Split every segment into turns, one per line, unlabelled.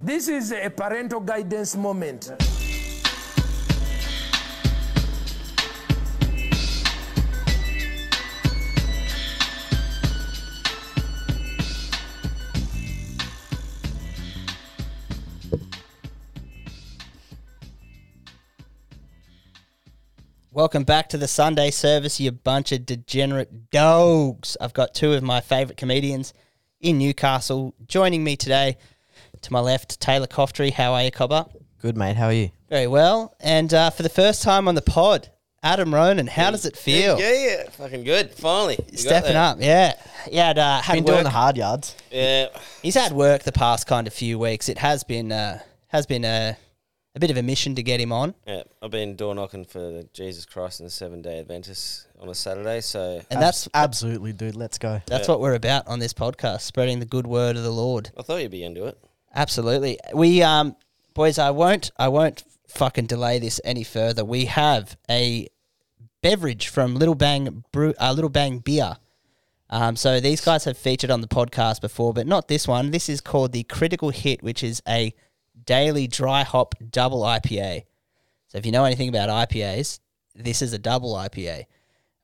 This is a parental guidance moment.
Welcome back to the Sunday service, you bunch of degenerate dogs. I've got two of my favourite comedians in Newcastle joining me today. To my left, Taylor Coftry. How are you, Cobber?
Good, mate. How are you?
Very well. And uh, for the first time on the pod, Adam Ronan. How does it feel?
Yeah, yeah, fucking good. Finally, we got
Stepping
there.
up, yeah. He had, uh, had
Been
work.
doing the hard yards.
Yeah,
He's had work the past kind of few weeks. It has been uh, has been a, a bit of a mission to get him on.
yeah. I've been door knocking for the Jesus Christ and the Seven Day Adventists on a Saturday, so
And that's
Absolutely, dude. Let's go.
that's what we're about on this podcast, spreading the good word of the Lord.
I thought you'd be into it.
Absolutely. We um boys, I won't I won't fucking delay this any further. We have a beverage from Little Bang Brew uh, Little Bang Beer. Um, so these guys have featured on the podcast before, but not this one. This is called the Critical Hit, which is a daily dry hop double IPA. So if you know anything about IPAs, this is a double IPA,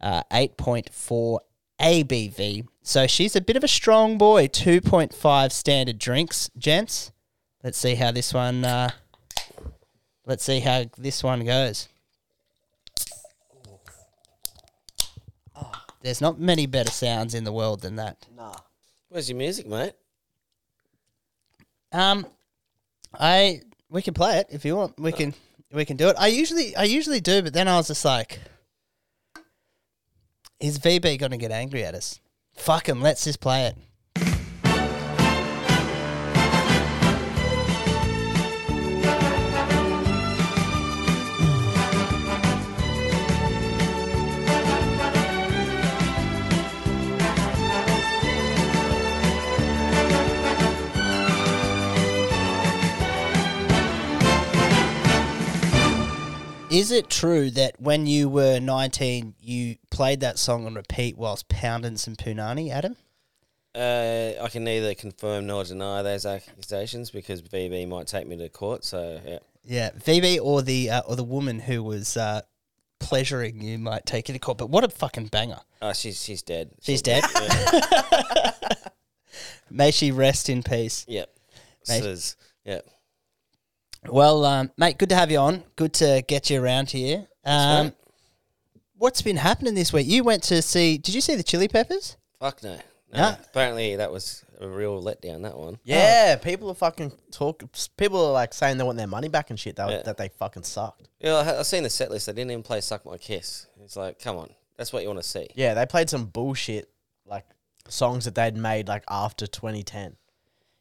uh, 8.4 ABV. So she's a bit of a strong boy, 2.5 standard drinks, gents. Let's see how this one. Uh, let's see how this one goes. Oh, There's not many better sounds in the world than that.
Where's your music, mate?
Um, I we can play it if you want. We can we can do it. I usually I usually do, but then I was just like, is VB gonna get angry at us? Fuck him. Let's just play it. Is it true that when you were 19, you played that song on repeat whilst pounding some punani, Adam?
Uh, I can neither confirm nor deny those accusations because VB might take me to court. So yeah,
Yeah, VB or the uh, or the woman who was uh, pleasuring you might take you to court. But what a fucking banger!
oh, she's she's dead.
She's dead. May she rest in peace.
Yeah,
Mate.
Sis. yeah.
Well, um, mate, good to have you on. Good to get you around here. Um,
right.
what's been happening this week? You went to see? Did you see the Chili Peppers?
Fuck no. no.
No.
Apparently that was a real letdown. That one.
Yeah, people are fucking talk. People are like saying they want their money back and shit. That
Yeah.
that they fucking sucked.
Yeah, I, ha- I seen the set list. They didn't even play "Suck My Kiss." It's like, come on, that's what you want to see.
Yeah, they played some bullshit like songs that they'd made like after 2010.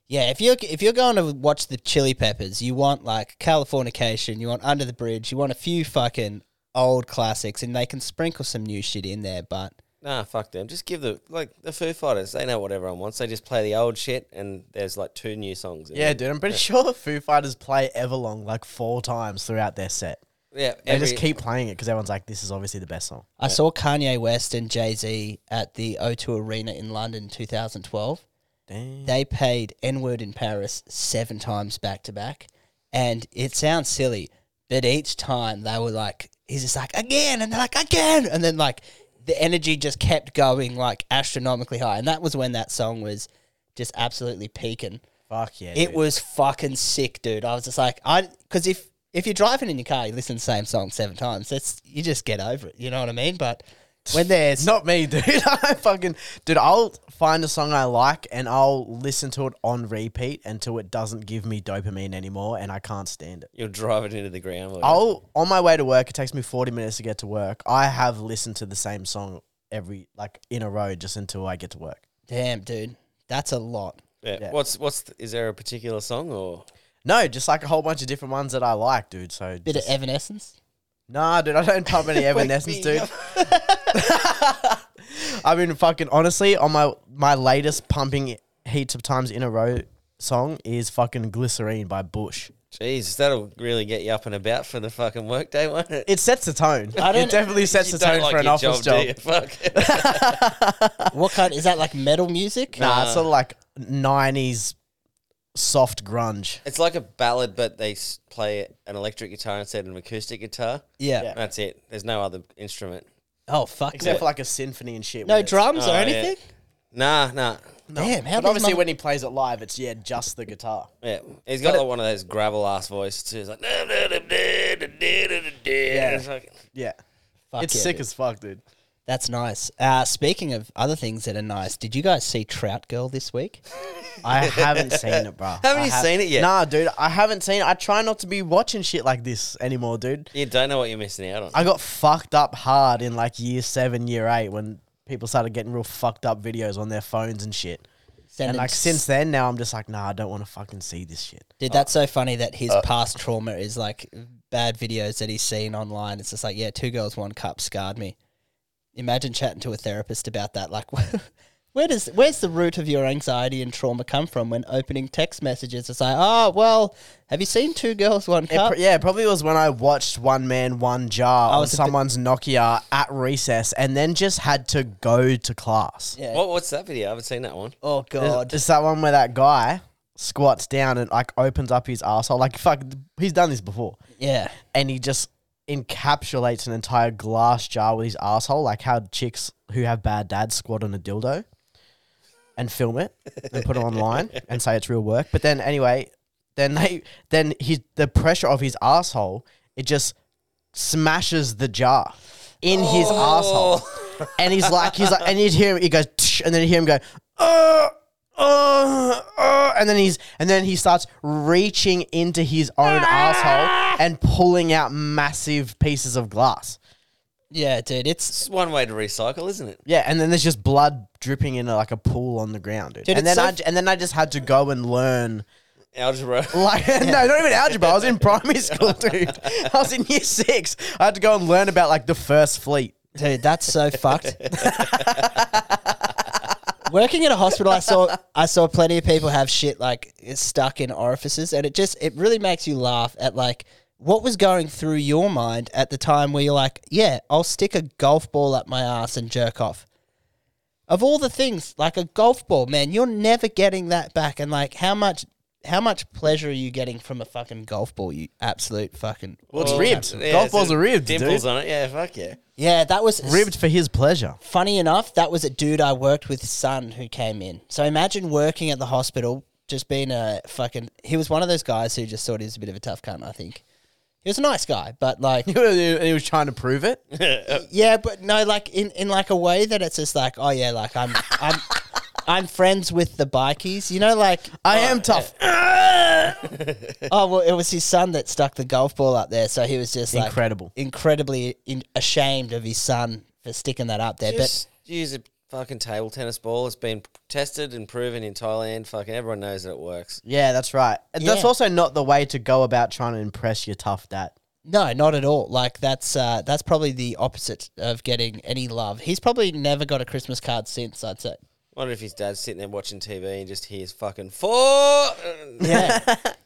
Yeah, if you're if you're going to watch the Chili Peppers, you want like Californication, you want Under the Bridge, you want a few fucking old classics, and they can sprinkle some new shit in there. But
Nah, fuck them. Just give the like the Foo Fighters. They know what everyone wants. They just play the old shit, and there's like two new songs. in
Yeah,
it.
dude, I'm pretty sure Foo Fighters play Everlong like four times throughout their set.
yeah.
They
every-
just keep playing it because everyone's like, "This is obviously the best song."
I saw Kanye West and Jay Z at the O2 Arena in London, 2012.
Damn.
They played N Word in Paris seven times back to back, and it sounds silly, but each time they were like, he's just like again, and they're like again, and then like the energy just kept going like astronomically high, and that was when that song was just absolutely peaking.
Fuck yeah,
It
dude.
was fucking sick, dude. I was just like, I because if if you're driving in your car, you listen to the same song seven times. That's you just get over it. You know what I mean? But when there's
Not me, dude. I fucking dude. I'll find a song I like and I'll listen to it on repeat until it doesn't give me dopamine anymore, and I can't stand it.
You'll drive it into the ground. whatever.
I'll on my way to work. It takes me forty minutes to get to work. I have listened to the same song every like in a row just until I get to work.
damn, dude, that's a lot.
yeah.
yeah.
What's what's th- is there a particular song or
No, just like a whole bunch of different ones that I like, dude. So
Bit
just-
of Evanescence.
Nah, dude, I don't pump any Evanescence, dude. I've been fucking honestly on my my latest pumping heaps of times in a row song is fucking Glycerine by Bush.
jeez, that'll really get you up and about for the fucking workday, won't it?
It sets the tone.
don't-
it definitely sets the tone for an office job.
do you? Fuck.
what kind? Is that like metal music?
Nah, it's sort of like nineties soft grunge.
It's like a ballad, but they s- play an electric guitar instead of an acoustic guitar.
Yeah.
Yeah.
That's it. There's no other instrument.
Oh fuck.
Except for like a symphony and shit.
no
where it's-
drums
Oh,
or
yeah.
anything.
Nah, nah.
No.
Damn, how
But
does
obviously
my-
when he plays it live, it's yeah, just the guitar.
Yeah, he's got like one of those gravel ass voices too. It's like, It's like-
Yeah.
Fuck
it's
yeah,
sick
dude.
as fuck, dude.
That's nice. Uh, speaking of other things that are nice, did you guys see Trout Girl this week?
I haven't seen it, bro.
Haven't
I
you seen it yet?
Nah, dude, I haven't seen it. I try not to be watching shit like this anymore, dude.
you don't know what you're missing out on.
I got fucked up hard in like year seven, year eight when people started getting real fucked up videos on their phones and shit.
Send
and
him
like
s-
since then, now I'm just like, nah, I don't want to fucking see this shit.
Dude, that's so funny that his past trauma is like bad videos that he's seen online. It's just like, yeah, two girls, one cup scarred me. Imagine chatting to a therapist about that. Like, where does where's the root of your anxiety and trauma come from when opening text messages? It's like, oh well, have you seen two girls, one
It
cup?
pr- yeah, it probably was when I watched One Man One Jar
Oh,
on
was a bit-
someone's Nokia at recess, and then just had to go to class.
yeah.
What, what's that video? I haven't seen that one.
Oh god.
It's that one where that guy squats down and like opens up his asshole. Like fuck, he's done this before,
yeah.
and he just encapsulates an entire glass jar with his asshole, like how chicks who have bad dads squat on a dildo, and film it and put it online and say it's real work. But then anyway, then they then his the pressure of his asshole it just smashes the jar in his asshole, and he's like he's like and you'd hear him he goes "Tsh," and then you hear him go oh. Uh, uh, and then he's and then he starts reaching into his own asshole and pulling out massive pieces of glass.
Yeah, dude. It's
It's one way to recycle, isn't it?
Yeah, and then there's just blood dripping into like a pool on the ground, dude.
Dude,
and
it's
then
so
I j- and then I just had to go and learn
Algebra.
like no, not even algebra. I was in primary school, dude. I was in year six. I had to go and learn about like the first fleet.
Dude, that's so fucked. Working at a hospital, I saw I saw plenty of people have shit like stuck in orifices, and it just it really makes you laugh at like what was going through your mind at the time where you're like, yeah, I'll stick a golf ball up my ass and jerk off. Of all the things, like a golf ball, man, you're never getting that back, and like how much how much pleasure are you getting from a fucking golf ball? You absolute fucking
Well, it's
Or-
ribbed.
Yeah,
Golf
it's
balls
a-
are ribbed,
Dimples
dude.
on it. Yeah, fuck yeah.
yeah, that was
Ribbed for his pleasure.
funny enough, that was a dude I worked with son who came in. So imagine working at the hospital, just being a fucking. He was one of those guys who just thought he was a bit of a tough cunt. I think he was a nice guy, but like,
he was trying to prove it.
yeah, but no, like in in like a way that it's just like, oh yeah, like I'm I'm I'm friends with the bikies, you know, like
I am tough.
oh well, it was his son that stuck the golf ball up there, so he was just like
Incredible.
incredibly in, ashamed of his son for sticking that up there, but.
Just use a fucking table tennis ball. It's been tested and proven in Thailand. Fucking everyone knows that it works.
Yeah, that's right. And That's
Yeah.
also not the way to go about trying to impress your tough dad.
No, not at all. Like that's uh, that's probably the opposite of getting any love. He's probably never got a Christmas card since. I'd say.
Wonder if his dad's sitting there watching TV and just hears fucking four.
Yeah.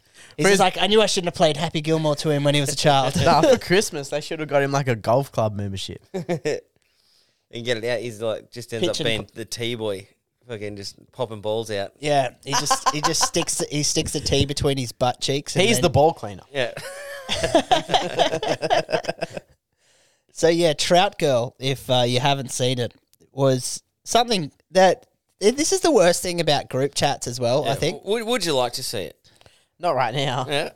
He's just like, I knew I shouldn't have played Happy Gilmore to him when he was a child.
Nah, for Christmas, they should have got him like a golf club membership.
and get it out. He's like, just ends
Pitch
up
and
being the T boy, fucking just popping balls out.
yeah, he just he just sticks he sticks the tea between his butt cheeks. and
He's
then-
the ball cleaner.
Yeah,
So yeah, Trout Girl, if uh, you haven't seen it, was something that this is the worst thing about group chats as well. I think
Would, would you like to see it?
Not right now.
Yeah.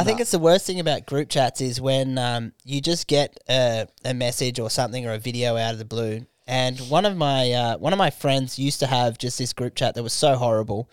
I think it's the worst thing about group chats is when um, you just get a, a message or something or a video out of the blue. And one of my uh, one of my friends used to have just this group chat that was so horrible,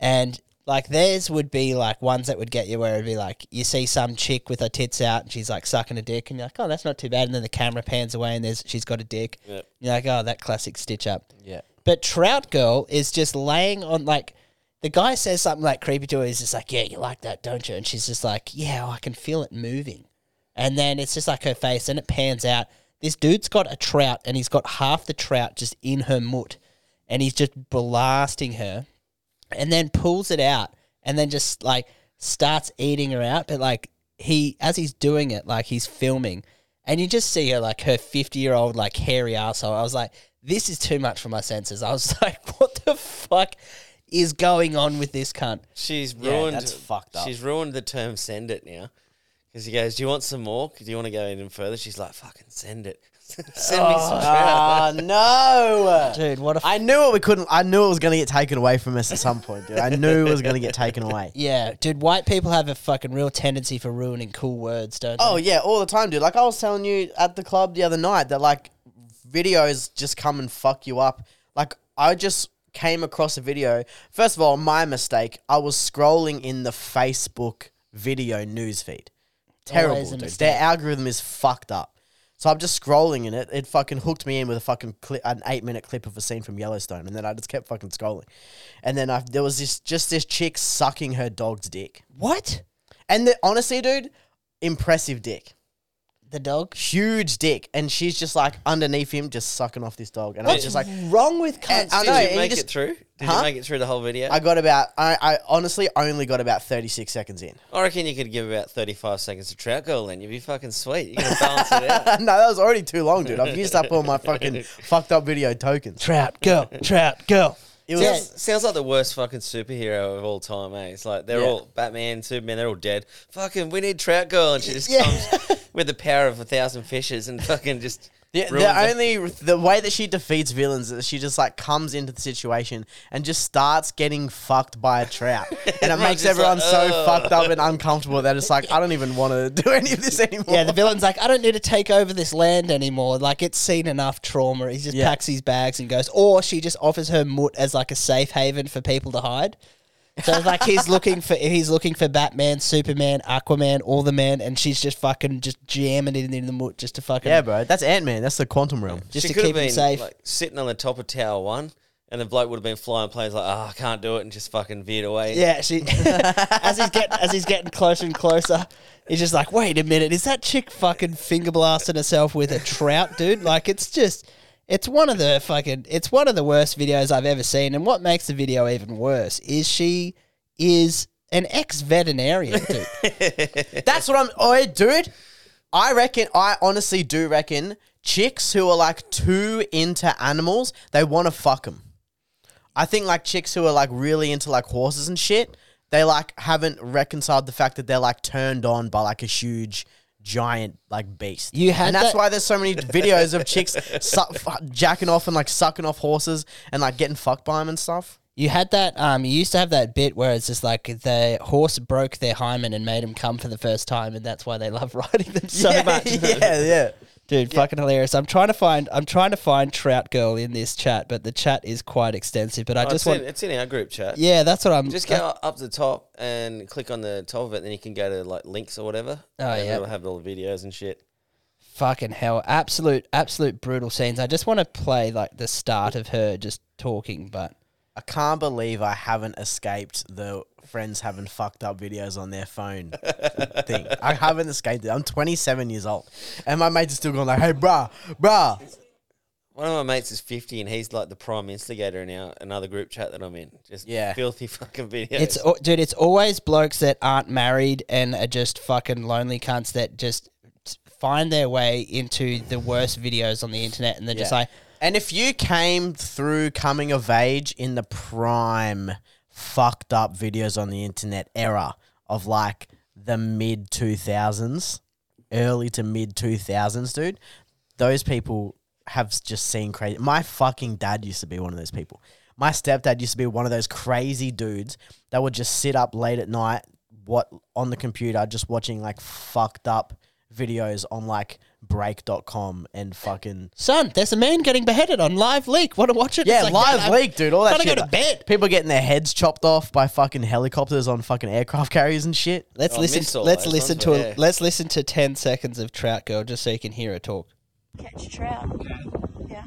and like theirs would be like ones that would get you where it'd be like you see some chick with her tits out and she's like sucking a dick and you're like oh that's not too bad and then the camera pans away and there's she's got a dick you're like oh that classic stitch up
Yeah.
but Trout Girl is just laying on like the guy says something like creepy to her. He's just like, "Yeah, you like that, don't you?" And she's just like, "Yeah, I can feel it moving." And then it's just like her face, and it pans out. This dude's got a trout, and he's got half the trout just in her mutt, and he's just blasting her, and then pulls it out, and then just like starts eating her out. But like he, as he's doing it, like he's filming, and you just see her like her fifty-year-old like hairy asshole. I was like, this is too much for my senses. I was like, what the fuck is going on with this cunt?
She's
Yeah,
ruined.
that's fucked up.
She's ruined the term "send it" now, because he goes, "Do you want some more? Do you want to go in further?" She's like, "Fucking send it, send me some."
Ah,
trout."
no.
Dude, what a f-
I knew it. We couldn't. I knew it was going to get taken away from us at some point, dude. I knew it was going to get taken away.
yeah, dude. White people have a fucking real tendency for ruining cool words, don't they?
Oh yeah, all the time, dude. Like I was telling you at the club the other night that like videos just come and fuck you up. Like I just came across a video. First of all, my mistake. I was scrolling in the Facebook video newsfeed. Terrible,
Always a
dude.
mistake.
Their algorithm is fucked up. So I'm just scrolling in it. It fucking hooked me in with a fucking clip, an eight minute clip of a scene from Yellowstone, and then I just kept fucking scrolling. And then I there was this just this chick sucking her dog's dick.
What?
And the, honestly, dude, impressive dick
The dog?
huge dick, and she's just like underneath him, just sucking off this dog. And I was
What's
just like,
wrong with cunts?
I
Did
know,
you
and you
make
just-
it through? Did
Huh?
you make it through the whole video?
I
I,
got about, I, I honestly only got about 36 seconds in.
reckon you could give about thirty-five seconds to trout goal, then you'd be fucking sweet. You can balance it out.
no, that was already too long, dude. I've used up all my fucking fucked up video tokens.
trout girl, trout girl.
It was,
Sounds, sounds like the worst fucking superhero of all time, eh? It's like they're
Yeah.
all Batman, Superman, they're all dead. Fucking, we need Trout Girl, and she just
Yeah.
comes with the power of a thousand fishes and fucking just.
The,
ruins it.
the only the way that she defeats villains is she just like comes into the situation and just starts getting fucked by a trout, and it
Everyone's
makes
just
everyone
like,
so
"Ugh."
fucked up and uncomfortable that it's like I don't even want to do any of this anymore.
Yeah, the villain's like, I don't need to take over this land anymore. Like, it's seen enough trauma. He just
Yeah.
packs his bags and goes. Or she just offers her mut as like a safe haven for people to hide. So it's like he's looking for he's looking for Batman, Superman, Aquaman, all the men, and she's just fucking just jamming it in the mut just to fucking
yeah, bro, that's Ant Man. That's the quantum realm.
just
she
to
could
keep
have
him
been
safe.
like sitting on the top of Tower One, and the bloke would have been flying planes like, "Oh, I can't do it," and just fucking veered away.
Yeah, she as he's getting as he's getting closer and closer, he's just like, wait a minute, is that chick fucking finger blasting herself with a trout, dude? Like it's just it's one of the fucking it's one of the worst videos I've ever seen. And what makes the video even worse is she is an ex veterinarian, dude.
That's what I'm. Oh, dude. I reckon. I honestly do reckon chicks who are like too into animals, they want to fuck them. I think like chicks who are like really into like horses and shit, they like haven't reconciled the fact that they're like turned on by like a huge giant like beast.
You had
and that's
that-
why there's so many videos of chicks su- fu- jacking off and like sucking off horses and like getting fucked by them and stuff.
You had that. Um, you used to have that bit where it's just like the horse broke their hymen and made him come for the first time, and that's why they love riding them so
yeah,
much.
Yeah, yeah.
Dude, fucking hilarious. I'm trying to find I'm trying to find Trout Girl in this chat, but the chat is quite extensive. But I
Oh,
just
it's,
want
in, it's in our group chat.
Yeah, that's what I'm
Just go up to the top and click on the top of it, then you can go to like links or whatever.
Oh,
and
yeah.
it'll have all the videos and shit.
fucking hell. Absolute absolute brutal scenes. I just want to play like the start of her just talking, but
I can't believe I haven't escaped the friends having fucked up videos on their phone thing. I haven't escaped it. I'm 27 years old, and my mates are still going like, "Hey, bruh, bruh."
One of my mates is fifty, and he's like the prime instigator in our another group chat that I'm in. Just
Yeah.
filthy fucking videos.
it's al- dude, it's always blokes that aren't married and are just fucking lonely cunts that just find their way into the worst videos on the internet and they're just
Yeah.
like
And if you came through coming of age in the prime fucked up videos on the internet era of like the mid 2000s, early to mid 2000s, dude, those people have s- just seen crazy. My fucking dad used to be one of those people. My stepdad used to be one of those crazy dudes that would just sit up late at night what on the computer just watching like fucked up videos on like break.com and fucking
Son, there's a man getting beheaded on live leak. Want to watch it?
yeah,
It's like,
live
"Dad, I-
leak, dude. All that
gotta
shit.
go to bed.
People getting their heads chopped off by fucking helicopters on fucking aircraft carriers and shit.
Let's
Oh, I missed
listen.
all
Let's
those
listen
ones,
to a,
but yeah.
let's listen to ten seconds of Trout Girl just so you can hear her talk.
Catch a trout. Yeah.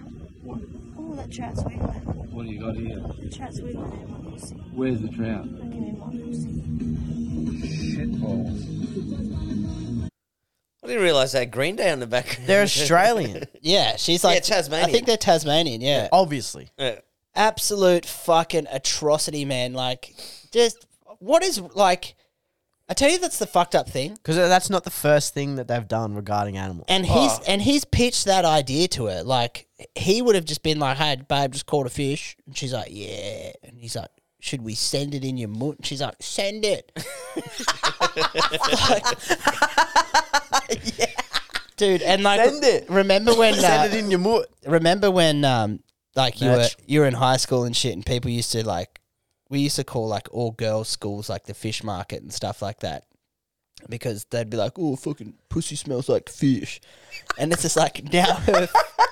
Oh, that trout's wiggling.
What do you got here?
The trout's wiggling in my pussy.
Where's the trout?
Looking in my pussy.
Shit balls.
I didn't realize they had Green Day on the background.
They're Australian,
Yeah, she's like
Yeah, Tasmanian.
I think they're Tasmanian. Yeah,
obviously.
Yeah.
absolute fucking atrocity, man. Like, just what is like? I tell you, that's the fucked up thing.
Because that's not the first thing that they've done regarding animals.
And he's
Oh.
and he's pitched that idea to her. Like, he would have just been like, "Hey, babe, just caught a fish," and she's like, "Yeah," and he's like, should we send it in your moot? She's like, send it. Dude, and like,
Send it.
remember when, uh,
Send it in your moot.
remember when, um, like you were,
Merch.
you were in high school and shit and people used to like, we used to call like all girls schools like the fish market and stuff like that because they'd be like, oh, fucking pussy smells like fish. And it's just like, now her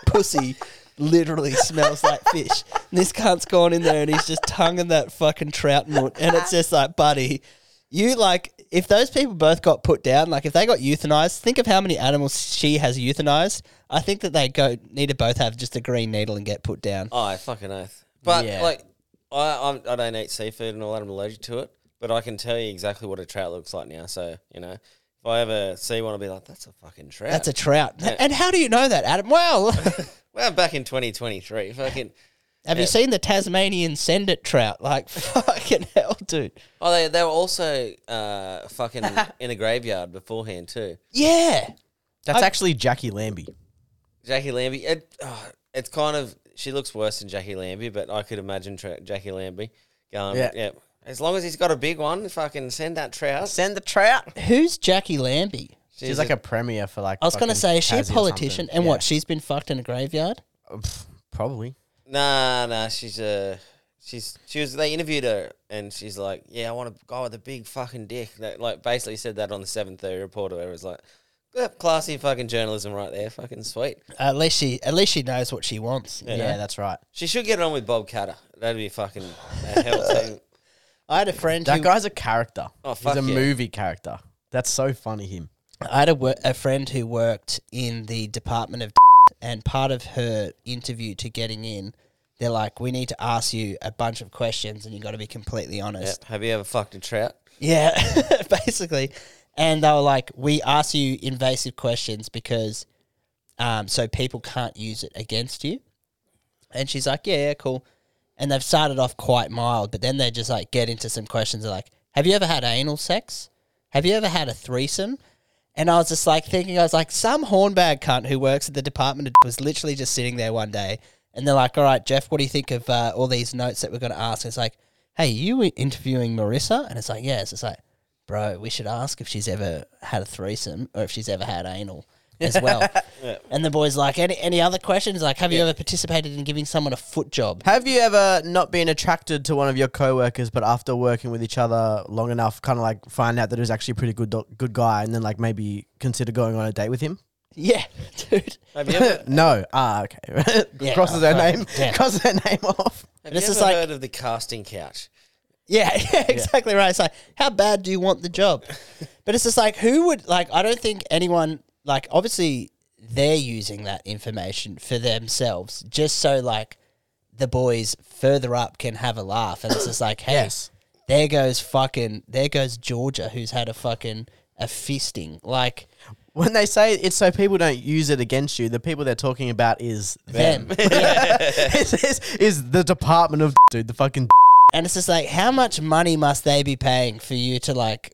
pussy literally smells like fish. And this cunt's gone in there and he's just tonguing that fucking trout moot. And it's just like, buddy, you like, if those people both got put down, like if they got euthanized, think of how many animals she has euthanized. I think that they go need to both have just a green needle and get put down.
Oh, I fucking oath. But
Yeah.
like, I I'm, I don't eat seafood and all that. I'm allergic to it. But I can tell you exactly what a trout looks like now. So you know, if I ever see one, I'll be like, "That's a fucking trout."
That's a trout. And how do you know that, Adam? Well,
well, back in 2023, fucking.
have you seen the Tasmanian sendit trout? Like, fucking hell, dude.
Oh, they they were also uh, fucking in a graveyard beforehand too.
Yeah.
That's
I-
actually Jackie Lambie.
Jackie Lambie. It, oh, it's kind of she looks worse than Jackie Lambie, but I could imagine tra- Jackie Lambie going. Yeah.
Yeah.
As long as he's got a big one, fucking send that trout.
Send the trout.
Who's Jackie Lambie?
She's, like a premier for like.
I was going to
fucking
say, is she a
Tassie or
politician?
something.
And
Yeah.
what? She's been fucked in a graveyard?
Pff, Probably.
Nah, nah, she's a. She's she was they interviewed her and she's like, yeah, I want a guy with a big fucking dick. That, like basically said that on the seven thirty report. Where it was like, "Yep, classy fucking journalism right there, fucking sweet.
Uh, At least she, at least she knows what she wants.
Yeah, that's right.
She should get it on with Bob Catter. That'd be fucking a hell team.
I had a friend.
That
who,
guy's a character.
Oh,
He's
fuck
a
yeah.
movie character. That's so funny. Him.
I had a, wor- a friend who worked in the department of, and part of her interview to getting in, they're like, "We need to ask you a bunch of questions, and you got to be completely honest."
Yep. Have you ever fucked a trout?
Yeah, basically. And they were like, we ask you invasive questions because um, so people can't use it against you. And she's like, yeah, yeah, cool. And they've started off quite mild, but then they just like get into some questions. They're like, have you ever had anal sex? Have you ever had a threesome? And I was just like thinking, I was like, some hornbag cunt who works at the department of was literally just sitting there one day, and they're like, "All right, Jeff, what do you think of uh, all these notes that we're going to ask?" And it's like, "Hey, you were interviewing Marissa?" And it's like, "Yeah." It's just like, "Bro, we should ask if she's ever had a threesome or if she's ever had anal." as well, and the boy's like, any any other questions? Like, have you ever participated in giving someone a foot job?
Have you ever not been attracted to one of your coworkers, but after working with each other long enough, kind of like find out that he was actually a pretty good do- good guy, and then like maybe consider going on a date with him?
Yeah, dude.
Have you ever,
no. Ah, okay.
Yeah,
crosses her
sorry.
name.
Yeah.
Crosses her name off.
have
This
you
is
ever
like-
heard of the casting couch?
Yeah, yeah, exactly right. It's like, how bad do you want the job? but it's just like, who would like? I don't think anyone like. Obviously, they're using that information for themselves, just so like the boys further up can have a laugh. And it's just like, hey,
Yes.
there goes fucking, there goes Georgia, who's had a fucking a fisting. Like
When they say it's so people don't use it against you, the people they're talking about is
them.
them.
Yeah.
is, is, is the department of dude the fucking
And it's just like, how much money must they be paying for you to like?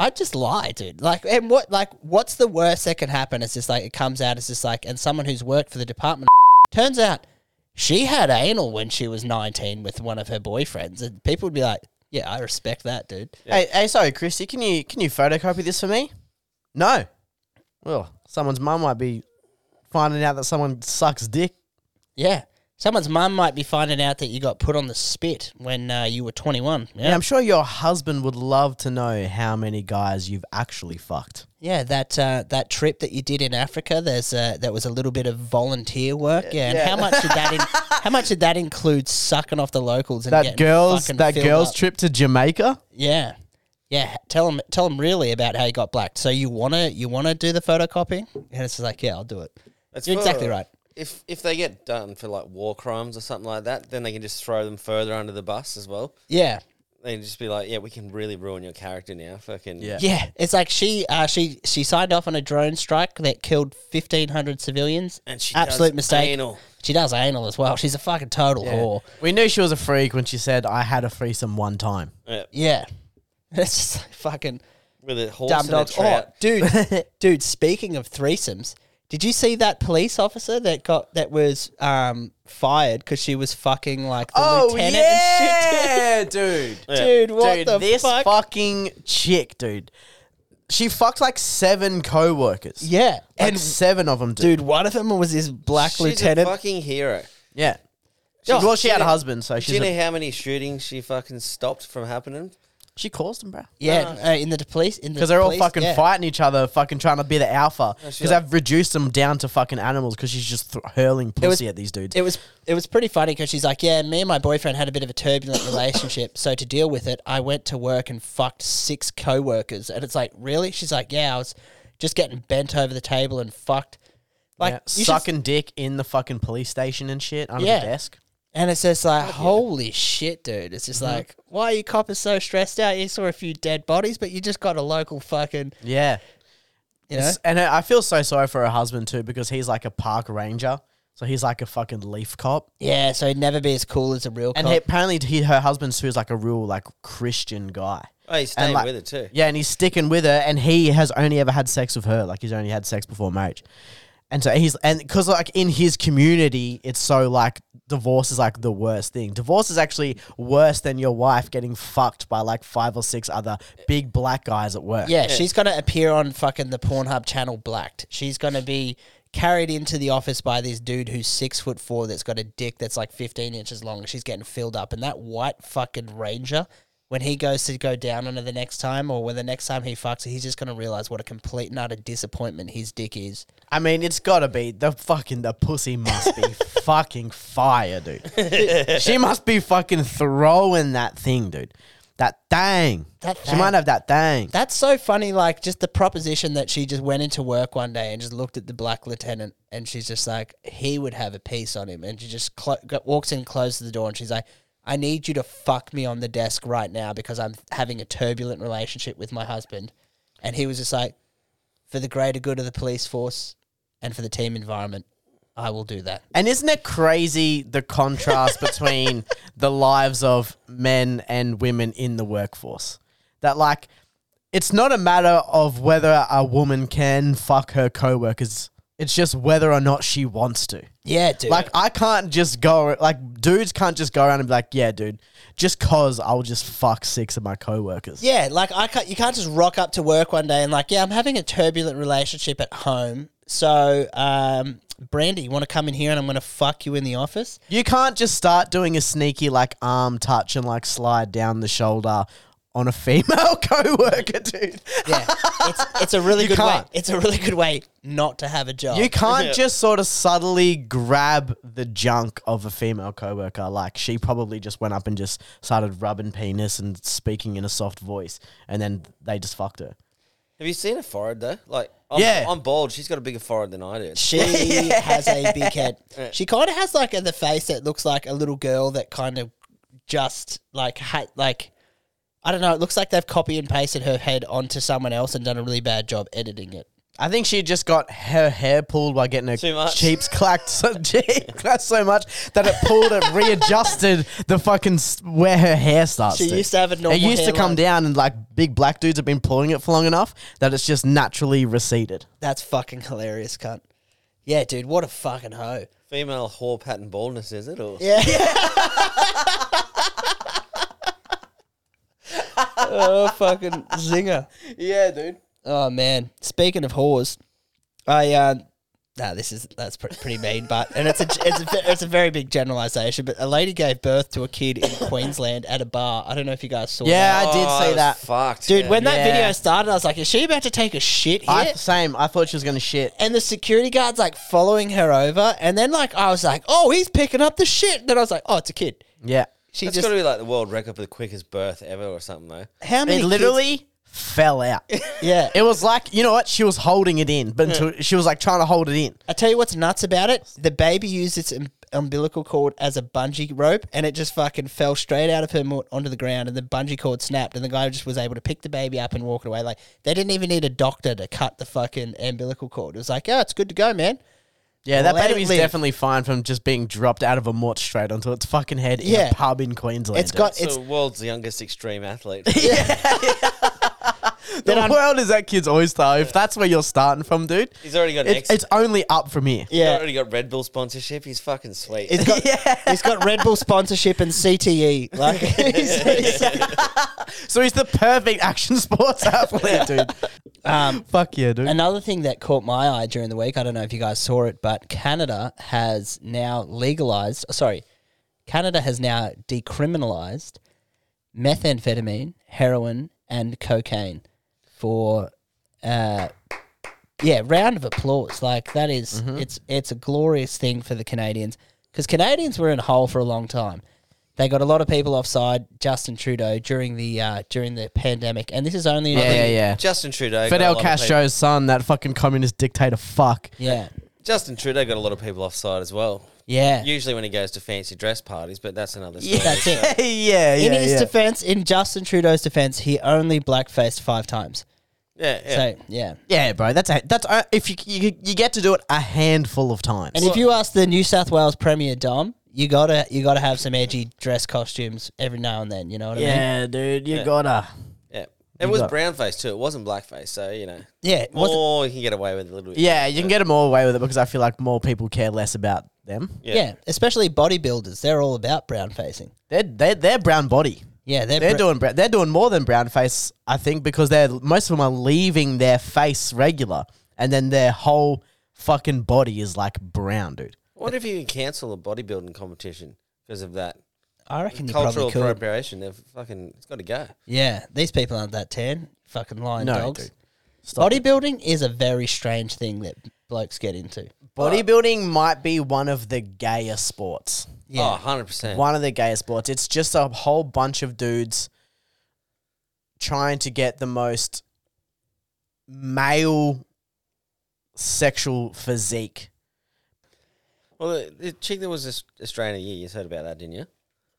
I just lie, dude. Like, and what, like, what's the worst that can happen? It's just like it comes out. It's just like, and someone who's worked for the department turns out she had anal when she was nineteen with one of her boyfriends, and people would be like, "Yeah, I respect that, dude."
Hey, hey, sorry, Christy, can you can you photocopy this for me? No. Well, someone's mum might be finding out that someone sucks dick.
Yeah, someone's mum might be finding out that you got put on the spit when uh, you were twenty-one.
And
Yeah,
I'm sure your husband would love to know how many guys you've actually fucked.
yeah. That uh, that trip that you did in Africa, there's uh, that was a little bit of volunteer work. Yeah, and how much did that in, how much did that include sucking off the locals and
That
getting
girls
fucking
that
filled
girls
up?
trip to Jamaica?
Yeah, yeah. Tell them tell them really about how you got blacked. So you wanna you wanna do the photocopying, and it's just like yeah, I'll do it.
That's
You're
for-
exactly right.
If if they get done for like war crimes or something like that, then they can just throw them further under the bus as well.
Yeah.
They can just be like, yeah, we can really ruin your character now. Fucking
Yeah.
Yeah, it's like she uh, she she signed off on a drone strike that killed fifteen hundred civilians.
And she
absolute
does
mistake.
anal.
She does anal as well. She's a fucking total whore.
We knew she was a freak when she said I had a threesome one time.
Yeah.
Yeah, it's just like fucking
with a horse
dumb
and
dogs.
a
Oh,
trout.
dude, dude. Speaking of threesomes, Did you see that police officer that got that was um, fired because she was fucking like the lieutenant and
Oh, yeah, dude.
shit? Dude, what
dude,
the
this
fuck?
fucking chick, dude. She fucked like seven co-workers.
yeah,
Like
and
seven of them, dude.
dude, one of them was this black
She's
lieutenant.
a fucking hero.
Yeah. She, well, oh, she had a
Gina-
husband, so
Do
she's
you know
a,
how many shootings she fucking stopped from happening?
she caused them, bro.
yeah, uh, in the police, in the
Because they're all
police,
fucking
yeah.
fighting each other, fucking trying to be the alpha.
she
Because
like-
I've reduced them down to fucking animals. Because she's just th- hurling pussy
was-
at these dudes.
It was it was pretty funny because she's like, yeah, me and my boyfriend had a bit of a turbulent relationship, so to deal with it, I went to work and fucked six coworkers, and it's like, really? She's like, yeah, I was just getting bent over the table and fucked, like
yeah,
you should-
sucking dick in the fucking police station and shit under
Yeah.
the desk.
and it's just like, holy shit, dude! It's
Mm-hmm.
just like, why are you coppers so stressed out? You saw a few dead bodies, but you just got a local fucking,
Yeah.
you know,
S- And I I feel so sorry for her husband too because he's like a park ranger. So he's like a fucking leaf cop.
yeah. So he'd never be as cool as a real
And
cop.
he, apparently he, her husband too is like a real like Christian guy.
Oh, he's
And
staying
like-
with her too.
Yeah, and he's sticking with her and he has only ever had sex with her. Like he's only had sex before marriage. And so he's and because like in his community, it's so like divorce is like the worst thing. Divorce is actually worse than your wife getting fucked by like five or six other big black guys at work.
Yeah, she's gonna appear on fucking the Pornhub channel blacked. She's gonna be carried into the office by this dude who's six foot four that's got a dick that's like fifteen inches long. She's getting filled up, and that white fucking ranger, when he goes to go down on her the next time, or when the next time he fucks her, he's just gonna realize what a complete and utter disappointment his dick is.
I mean, it's gotta be the fucking the pussy must be fucking fire, dude. she must be fucking throwing that thing, dude. That thing.
That
She might
thing.
have that thing.
That's so funny. Like just the proposition that she just went into work one day and just looked at the black lieutenant, and she's just like, he would have a piece on him, and she just clo- go- walks in, closes the door, and she's like, I need you to fuck me on the desk right now because I'm having a turbulent relationship with my husband, and he was just like, for the greater good of the police force and for the team environment, I will do that.
And isn't it crazy the contrast between the lives of men and women in the workforce? That like it's not a matter of whether a woman can fuck her coworkers. It's just whether or not she wants to.
Yeah, dude.
Like I can't just go like dudes can't just go around and be like, yeah, dude, just cause I'll just fuck six of my coworkers.
Yeah, like I can't, you can't just rock up to work one day and like, yeah, I'm having a turbulent relationship at home. So, um, Brandy, you want to come in here and I'm going to fuck you in the office?
You can't just start doing a sneaky like arm touch and like slide down the shoulder on a female coworker, dude.
Yeah, it's, it's a really
You
good
can't.
way. It's a really good way not to have a job.
You can't just sort of subtly grab the junk of a female coworker. Like she probably just went up and just started rubbing penis and speaking in a soft voice, and then they just fucked her.
Have you seen her forehead though? Like, I'm,
Yeah.
I'm bald. She's got a bigger forehead than I do.
she has a big head. She kind of has like a, the face that looks like a little girl that kind of just like ha- like I don't know. It looks like they've copy and pasted her head onto someone else and done a really bad job editing it.
I think she just got her hair pulled while getting her
Too much.
cheeks clacked so, cheek clacked so much that it pulled it readjusted the fucking s- where her hair starts.
She
dude.
used to have a normal
It used to come
hairline.
down, and like big black dudes have been pulling it for long enough that it's just naturally receded.
That's fucking hilarious, cunt. Yeah, dude, what a fucking hoe.
Female whore pattern baldness, is it? Or
Yeah. oh, fucking zinger.
Yeah, dude.
Oh, man. Speaking of whores, I, uh, nah, this is, that's pretty, pretty mean, but, and it's a, it's a, ve- it's a very big generalization, but a lady gave birth to a kid in Queensland at a bar. I don't know if you guys saw
Yeah,
that.
I did
Oh, I
see
was
that.
Fucked.
Dude,
yeah.
when that
Yeah.
video started, I was like, is she about to take a shit here?
I, same. I thought she was gonna shit.
and the security guard's like following her over, and then like I was like, oh, he's picking up the shit. Then I was like, oh, it's a kid.
Yeah.
She
That's
just
got to be like the world record for the quickest birth ever or something though.
how many
It literally fell out.
kids- yeah.
it was like you know what? She was holding it in, but until, she was like trying to hold it in.
I tell you what's nuts about it. The baby used its um, umbilical cord as a bungee rope, and it just fucking fell straight out of her mo- onto the ground, and the bungee cord snapped, and the guy just was able to pick the baby up and walk it away. Like they didn't even need a doctor to cut the fucking umbilical cord. It was like, oh, it's good to go, man.
Yeah, that
Let it
baby's
live.
definitely fine from just being dropped out of a mort straight onto its fucking head in
Yeah.
a pub in Queensland.
It's got
It's
it's
the world's youngest extreme athlete.
the
un-
world is that kid's oyster. If that's where you're starting from, dude,
He's already got an
it's,
ex-
it's only up from here.
He's
yeah.
already got Red Bull sponsorship. He's fucking sweet.
He's got, he's got Red Bull sponsorship and CTE. Like, he's- he's-
So he's the perfect action sports athlete, dude.
um,
Fuck yeah, dude.
Another thing that caught my eye during the week, I don't know if you guys saw it, but Canada has now legalized, oh, sorry, Canada has now decriminalized methamphetamine, heroin, and cocaine for, uh, yeah, round of applause. Like that is-
Mm-hmm.
it's it's a glorious thing for the Canadians because Canadians were in a hole for a long time. They got a lot of people offside Justin Trudeau during the uh, during the pandemic, and this is only
Yeah, yeah, yeah.
Justin Trudeau. got a lot
Fidel
of
Castro's son, that fucking communist dictator, fuck.
yeah,
people- Justin Trudeau got a lot of people offside as well.
yeah.
Usually when he goes to fancy dress parties, but that's another story.
Yeah, that's it.
yeah,
In his defense, in Justin Trudeau's defense, he only blackfaced five times.
Yeah, yeah.
So yeah.
Yeah, bro. That's a, that's a, if you, you you get to do it a handful of times.
And if you ask the New South Wales Premier Dom, you gotta you gotta have some edgy dress costumes every now and then. You know what I mean?
dude, you gotta.
yeah. It was
got-
brown face too. It wasn't blackface, so you know.
Yeah. it wasn't-
Or you can get away with it a little bit.
Yeah, you can get them all away with it because I feel like more people care less about them.
yeah. Especially bodybuilders, they're all about brown facing.
They're they're, they're brown body.
Yeah, they're,
They're
br-
doing bra- they're doing more than brown face, I think, because they're most of them are leaving their face regular, and then their whole fucking body is like brown, dude.
What if you can cancel a bodybuilding competition because of that?
I reckon you
Cultural
probably could.
appropriation. They've fucking it's gotta go.
Yeah, these people aren't that tan. Fucking lying
No,
dogs.
dude. Stop it.
Bodybuilding is a very strange thing that blokes get into.
Bodybuilding might be one of the gayest sports.
Yeah.
Yeah.
Oh, 100 percent.
One of the gayest sports. It's just a whole bunch of dudes trying to get the most male sexual physique.
Well, the, the chick that was Aus- Australian of the year, you heard about that, didn't you?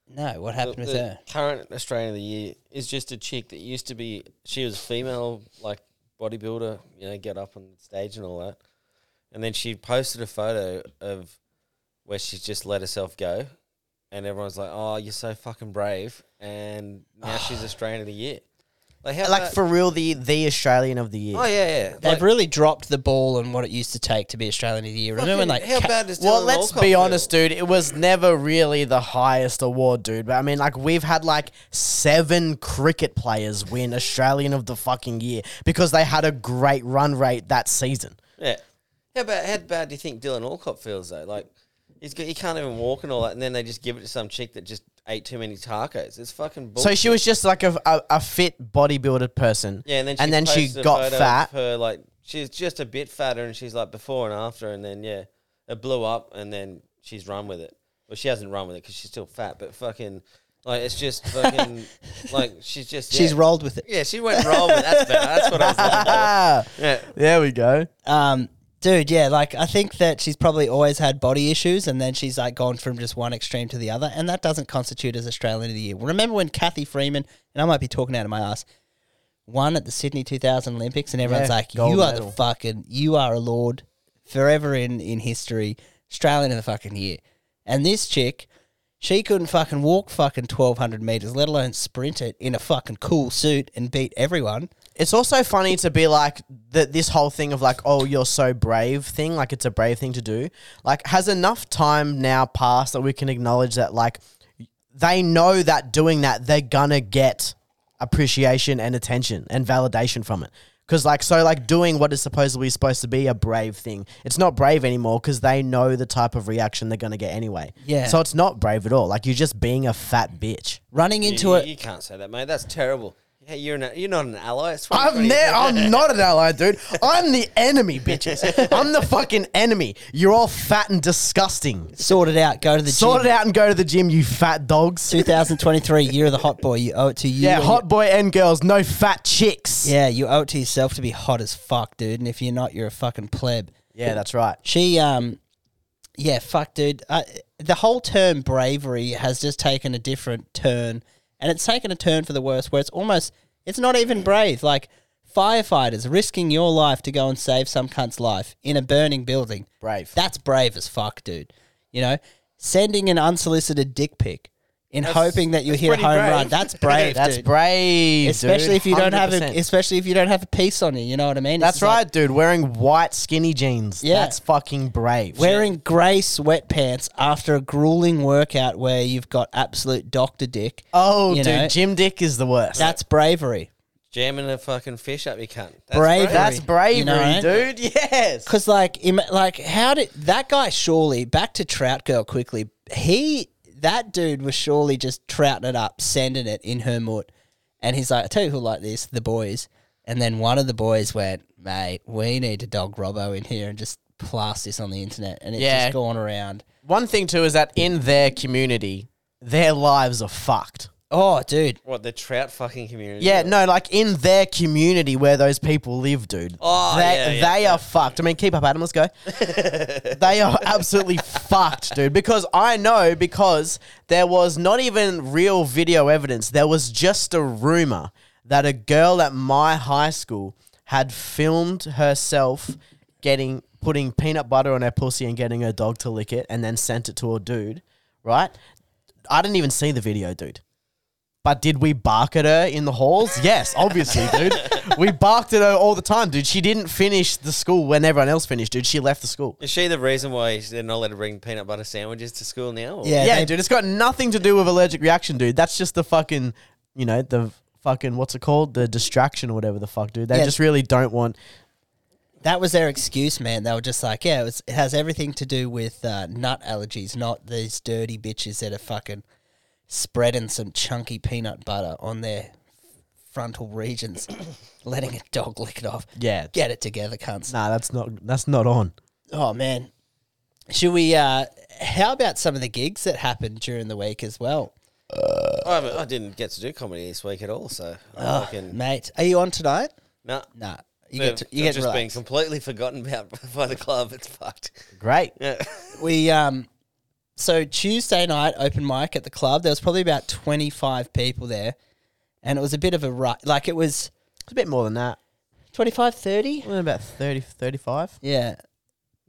No, what
The,
happened with
the
her?
current Australian of the year is just a chick that used to be. She was a female, like bodybuilder, you know, get up on stage and all that, and then she posted a photo of where she just let herself go, and everyone's like, "Oh, you're so fucking brave!" And now she's Australian of the year. Like, how
Like for real, the the Australian of the year.
oh yeah, yeah.
They've
Like,
really dropped the ball on what it used to take to be Australian of the Year. Remember when like
how
Ca-
bad does
Well,
Dylan
let's
Walcott
be
feel?
honest, dude. It was never really the highest award, dude. But I mean, like, we've had like seven cricket players win Australian of the fucking year because they had a great run rate that season.
Yeah. How bad? How bad do you think Dylan Alcott feels though? Like he's got, he can't even walk and all that, and then they just give it to some chick that just ate too many tacos. It's fucking
So
bullshit.
she was just like a, a, a fit bodybuilder person.
yeah, and then she
and then she
posted a
got
photo of
fat.
Her like she's just a bit fatter, and she's like before and after, and then yeah, it blew up, and then she's run with it. Well, she hasn't run with it because she's still fat, but fucking like it's just fucking like she's just
she's
yeah.
rolled with it.
Yeah, she went roll with it. that's better. That's what I was like.
Ah,
Yeah.
there we go.
Um, dude, yeah, like I think that she's probably always had body issues, and then she's like gone from just one extreme to the other, and that doesn't constitute as Australian of the Year. Remember when Kathy Freeman and I might be talking out of my ass won at the Sydney 2000 Olympics, and everyone's
Yeah,
like, "You
gold
are
medal.
the fucking, you are a lord, forever in in history, Australian of the fucking year." And this chick. She couldn't fucking walk fucking 1200 meters, let alone sprint it in a fucking cool suit and beat everyone.
It's also funny to be like that. This whole thing of like, oh, you're so brave thing. Like it's a brave thing to do. Like has enough time now passed that we can acknowledge that like they know that doing that they're gonna get appreciation and attention and validation from it. Cause like so like doing what is supposedly supposed to be a brave thing, it's not brave anymore because they know the type of reaction they're gonna get anyway.
Yeah.
So it's not brave at all. Like you're just being a fat bitch.
Running
You-
into
you,
it.
you can't say that, mate. That's terrible. Hey, you're an, you're not an ally. I swear to God,
I'm
you're-
there. I'm not an ally, dude. I'm the enemy, bitches. I'm the fucking enemy. You're all fat and disgusting.
sort it out. Go to the
Sort
gym.
it out and go to the gym, you fat dogs.
2023 year of the hot boy. You owe it to you.
Yeah,
and
hot boy and girls, no fat chicks.
you- yeah, you owe it to yourself to be hot as fuck, dude. And if you're not, you're a fucking pleb.
yeah, that's right.
She, um, yeah, fuck, dude. I, the whole term bravery has just taken a different turn, and it's taken a turn for the worse. Where it's almost, it's not even brave. Like firefighters risking your life to go and save some cunt's life in a burning building.
Brave.
That's brave as fuck, dude. You know, sending an unsolicited dick pic in
That's-
hoping that you
that's
hit a
pretty
home
brave.
run. That's brave.
That's
dude.
brave,
Especially
dude.
if you don't have a,
100%.
especially if you don't have a piece on you. You know what I mean?
That's
It's like
right, dude. Wearing white skinny jeans.
Yeah.
That's fucking brave.
wearing grey sweatpants after a grueling workout where you've got absolute doctor dick.
Oh,
you
dude,
know?
Jim Dick is the worst.
That's bravery.
Jamming a fucking fish up your cunt. That's
Bravery.
That's bravery,
You know?
dude. Yes.
Because like, im- like, how did that guy? Surely back to Trout Girl quickly. He that dude was surely just trouting it up, sending it in her moot, and he's like, I tell you who like this, the boys. And then one of the boys went, mate, we need to dog Robbo in here and just plaster this on the internet, and it's
Yeah.
just gone around.
One thing too is that in their community, their lives are fucked.
Oh, dude,
What the trout fucking community?
Yeah, no, like in their community where those people live, dude.
Oh,
they,
yeah, yeah.
they are fucked. I mean, keep up, Adam. Let's go. they are absolutely fucked, dude. Because I know because there was not even real video evidence. There was just a rumor that a girl at my high school had filmed herself getting putting peanut butter on her pussy and getting her dog to lick it, and then sent it to a dude. Right? I didn't even see the video, dude. But did we bark at her in the halls? Yes, obviously, dude. We barked at her all the time, dude. She didn't finish the school when everyone else finished, dude. She left the school.
Is she the reason why they're not allowed to bring peanut butter sandwiches to school now? or-
yeah,
Yeah,
they-
dude. It's got nothing to do with allergic reaction, dude. That's just the fucking, you know, the fucking what's it called, the distraction or whatever the fuck, dude. They
Yeah.
just really don't want.
that was their excuse, man. They were just like, yeah, it, was, it has everything to do with uh, nut allergies, not these dirty bitches that are fucking spreading some chunky peanut butter on their frontal regions, letting a dog lick it off.
Yeah.
Get it together, cunts.
Nah, that's not. That's not on.
Oh, man. Should we, uh, how about some of the gigs that happened during the week as well?
I, haven't- I didn't get to do comedy this week at all, so I fucking
Mate, are you on tonight?
no.
Nah. Ah, You
They've-
get to, you
I've
get to
just being
relax.
completely forgotten about by the club. It's fucked.
Great.
Yeah.
We um so Tuesday night open mic at the club. There was probably about twenty five people there, and it was a bit of a ru Like it was
It's a bit more than that.
25, 30?
About 30, 35.
Yeah.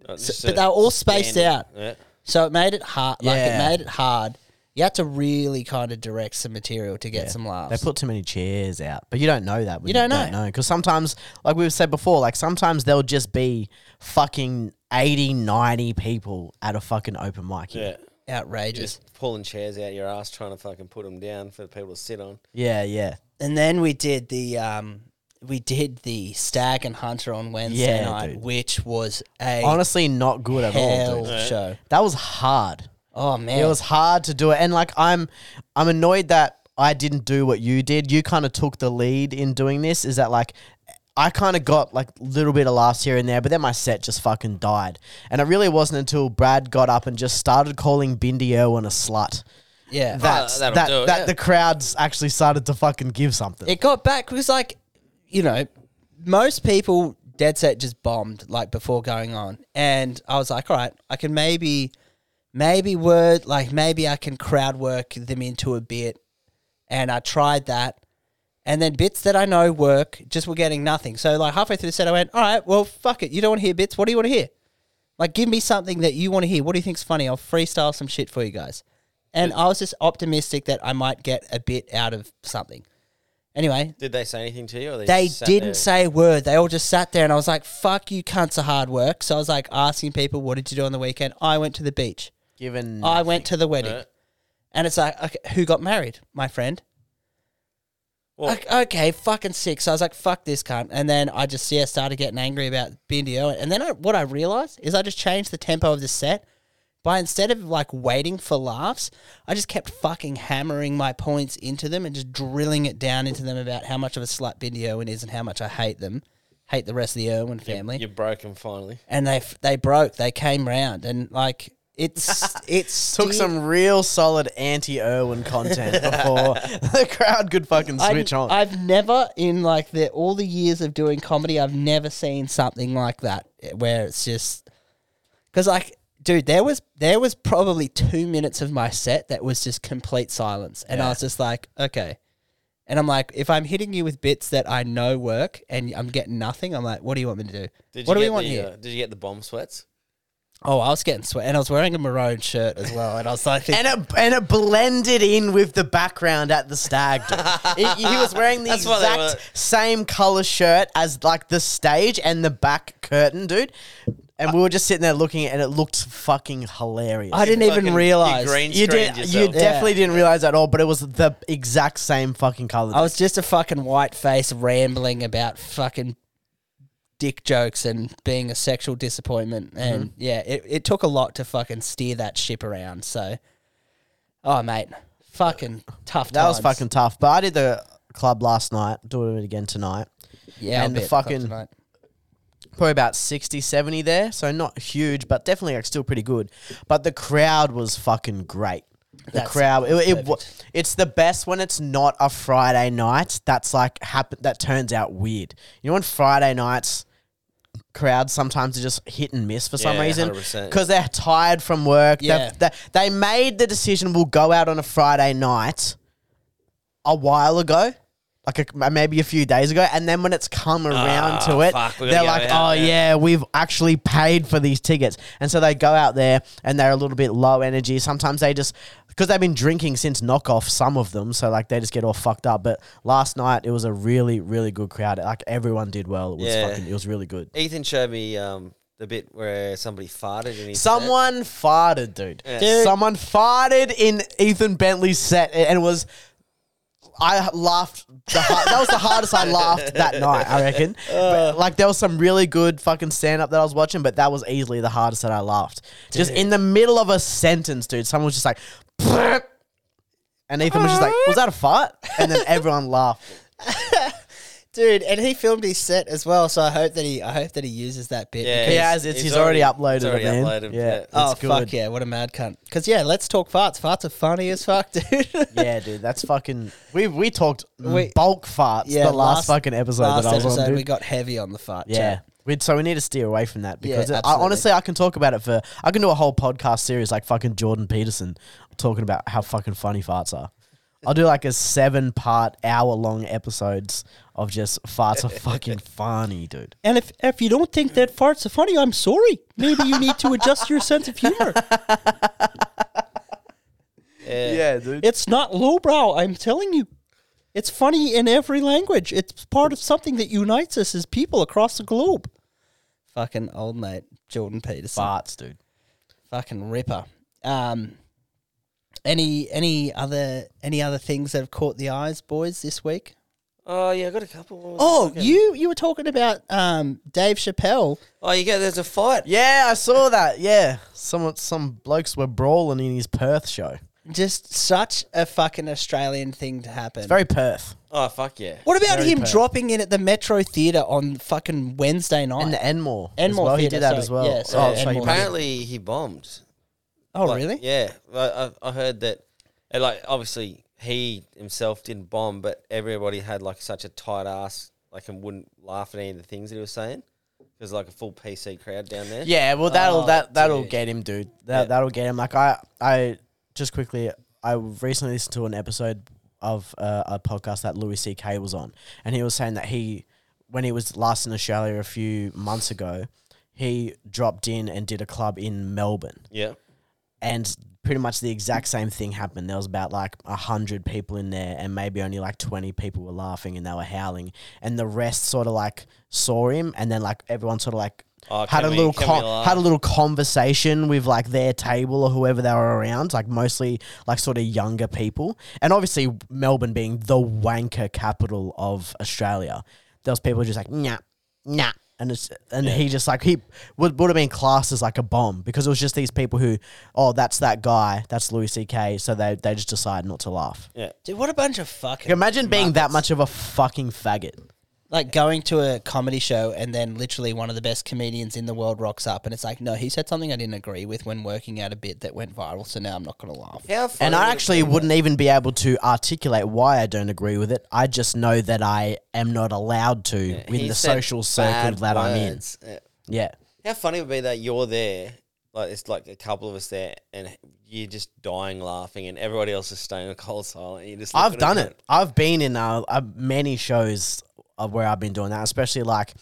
Not
So-
just
but
a
they were all spaced
standard-
out.
Yeah.
So it made it hard. Like it
Yeah.
made it hard. You had to really kind of direct some material to get some laughs.
They put too many chairs out, but you don't know that. When
You don't know.
because sometimes, like we've said before, like sometimes there'll just be fucking 80, 90 people at a fucking open mic.
Yeah.
here.
Outrageous.
Just pulling chairs out your ass, trying to fucking put them down for people to sit on.
yeah, yeah.
And then we did the um we did the Stag and Hunter on Wednesday
Yeah,
night,
dude.
which was a
Honestly, not good at all.
hell
Dude.
show.
That was hard.
Oh man.
It was hard to do it, and like I'm, I'm annoyed that I didn't do what you did. You kind of took the lead in doing this. Is that like? I kind of got like a little bit of laughs here and there, but then my set just fucking died. And it really wasn't until Brad got up and just started calling Bindi Irwin a slut
yeah.
that
Oh, that'll
that,
do it,
that
yeah.
the crowds actually started to fucking give something.
it got back because like you know most people dead set just bombed like before going on and i was like all right i can maybe maybe word like maybe i can crowd work them into a bit and i tried that and then bits that i know work just were getting nothing so like halfway through the set i went all right well fuck it you don't want to hear bits what do you want to hear like give me something that you want to hear what do you think's funny i'll freestyle some shit for you guys and i was just optimistic that i might get a bit out of something anyway
Did they say anything to you? Or they
they
just sat
didn't
there?
say a word. They all just sat there, and I was like, "Fuck you, cunts are hard work." So I was like asking people, "What did you do on the weekend?" I went to the beach.
Given
I went to the wedding,
Right.
and it's like, okay, "Who got married, my friend?"
Well-
Like, okay, fucking sick. So I was like, "Fuck this cunt," and then I just yeah started getting angry about Bindi Owen. And then I, what I realized is I just changed the tempo of the set. By instead of like waiting for laughs, I just kept fucking hammering my points into them and just drilling it down into them about how much of a slut Bindi Irwin is and how much I hate them, hate the rest of the Irwin family.
You're broken finally.
And they f- they broke. They came round and like it's it's
took some real solid anti Irwin content before the crowd could fucking switch on.
I've never in like the all the years of doing comedy, I've never seen something like that eh, where it's just because like. Dude, there was there was probably two minutes of my set that was just complete silence, and I was just like, okay. And I'm like, if I'm hitting you with bits that I know work and I'm getting nothing, I'm like, what do you want me to do?
Did
what
you
do we
get
want
the,
here?
uh, did you get the bomb sweats?
Oh, I was getting sweat, and I was wearing a maroon shirt as well, and I was like,
And it and it blended in with the background at the stag. dude. He- he was wearing the
That's what they were-
exact same color shirt as like the stage and the back curtain, dude. And we were just sitting there looking, at it, and it looked fucking hilarious.
I didn't
Fucking-
even
you
realize.
green
you
screened
did, you
yourself.
definitely didn't realize that at all, but it was the exact same fucking color.
I was just a fucking white face rambling about fucking dick jokes and being a sexual disappointment. And yeah, it, it took a lot to fucking steer that ship around. So, oh, mate, fucking tough
That was
times.
fucking tough. But I did the club last night, doing it again tonight.
Yeah, I'll
and the
be at club
fucking-
tonight.
Probably about 60, 70 there. So not huge, but definitely like still pretty good. But the crowd was fucking great. The
That's
crowd, it, it, wa-
perfect.
it's the best when it's not a Friday night. That's like happen. That turns out weird. You know, when Friday nights crowds sometimes are just hit and miss for some
Yeah,
reason
100%.
because they're tired from work.
Yeah.
They've- They, they made the decision we'll go out on a Friday night a while ago, like a, maybe a few days ago, and then when it's come around to it,
Ah, fuck, we're gonna
they're
go
like,
out,
"Oh
yeah."
yeah, we've actually paid for these tickets," and so they go out there and they're a little bit low energy. Sometimes they just because they've been drinking since knockoff, some of them, so like they just get all fucked up. But last night it was a really, really good crowd. Like everyone did well. It was
Yeah.
fucking, it was really good.
Ethan showed me um, the bit where somebody farted and he
Someone farted, dude.
Dude.
Someone farted in Ethan Bentley's set, and it was. I laughed. The har that was the hardest I laughed that night. I reckon. But, like there was some really good fucking stand up that I was watching, but that was easily the hardest that I laughed. Just in the middle of a sentence, dude. Someone was just like, and Ethan was just like, "Was that a fart?" And then everyone laughed.
Dude, and he filmed his set as well, so I hope that he I hope that he uses that bit.
Yeah.
because-
He
He's-
has. It's,
he's
he's, already, uploaded
already-
it, man.
it's already uploaded,
Yeah.
yeah.
it's
Oh
good.
fuck yeah! What a mad cunt. Because yeah, let's talk farts. Farts are funny as fuck, dude.
Yeah, dude, that's fucking. We we talked
We-
bulk farts the last, fucking episode
last
that I was
episode,
on. Dude.
we got heavy on the fart.
yeah,
chat.
We'd, so we need to steer away from that
Yeah,
because it- I,
absolutely.
honestly, I can talk about it for. I can do a whole podcast series like fucking Jordan Peterson talking about how fucking funny farts are. I'll do like a seven part hour long episodes of just farts are fucking funny, dude.
And if if you don't think that farts are funny, I'm sorry. Maybe you need to adjust your sense of humor.
Yeah.
dude.
Eh, It's not lowbrow, I'm telling you. It's funny in every language. It's part of something that unites us as people across the globe. Fucking old mate, Jordan Peterson.
Farts, dude.
Fucking ripper. Um any any other any other things that have caught the eyes, boys, this week?
Oh yeah, I got a couple. What was
Oh,
the fucking-
you you were talking about um Dave Chappelle.
Oh, you go. There's a fight.
Yeah, I saw that. Yeah, some some blokes were brawling in his Perth show.
Just such a fucking Australian thing to happen.
Very Perth.
Oh fuck yeah.
What about
Very
him
Perth.
dropping in at the Metro Theatre on fucking Wednesday night?
And the Enmore. as
Enmore
well. He
Theatre,
did that
sorry.
as well.
Yeah, sorry,
oh, so you
Enmore.
must-
Apparently he bombed.
oh,
Like,
really?
Yeah, I, I, I heard that. And like, obviously, he himself didn't bomb, but everybody had like such a tight ass, like, and wouldn't laugh at any of the things that he was saying. There's like a full PC crowd down there.
Yeah, well that'll
Oh,
that that'll
dude.
get him, dude. That
Yeah.
that'll get him. Like I I just quickly I recently listened to an episode of uh, a podcast that Louis C.K. was on, and he was saying that he when he was last in Australia a few months ago, he dropped in and did a club in Melbourne,
Yeah.
and pretty much the exact same thing happened. There was about like a hundred people in there, and maybe only like twenty people were laughing and they were howling, and the rest sort of like saw him, and then like everyone sort of like
Oh,
had
can
a
we-
little
can we
con-
laugh?
had a little conversation with like their table or whoever they were around, like mostly like sort of younger people, and obviously Melbourne being the wanker capital of Australia, those people just like nah, nah. And, it's, and he just like he would, would have been classed as like a bomb because it was just these people who oh that's that guy that's Louis C.K. so they they just decide not to laugh.
Yeah.
Dude, what a bunch of fucking.
Like, imagine being that much of a fucking faggot.
Like going to a comedy show and then literally one of the best comedians in the world rocks up and it's like, no, he said something I didn't agree with when working out a bit that went viral, so now I'm not going to laugh.
How funny
And
would
I
it
actually
be?
wouldn't even be able to articulate why I don't agree with it. I just know that I am not allowed to in
He
the
said
social circle
bad
that I'm in.
words. Yeah.
Yeah.
How funny would it be that you're there, like it's like a couple of us there, and you're just dying laughing, and everybody else is staying cold silent. And you just
I've
looking at
done it. I've been in uh, uh, many shows of where I've been doing that, especially like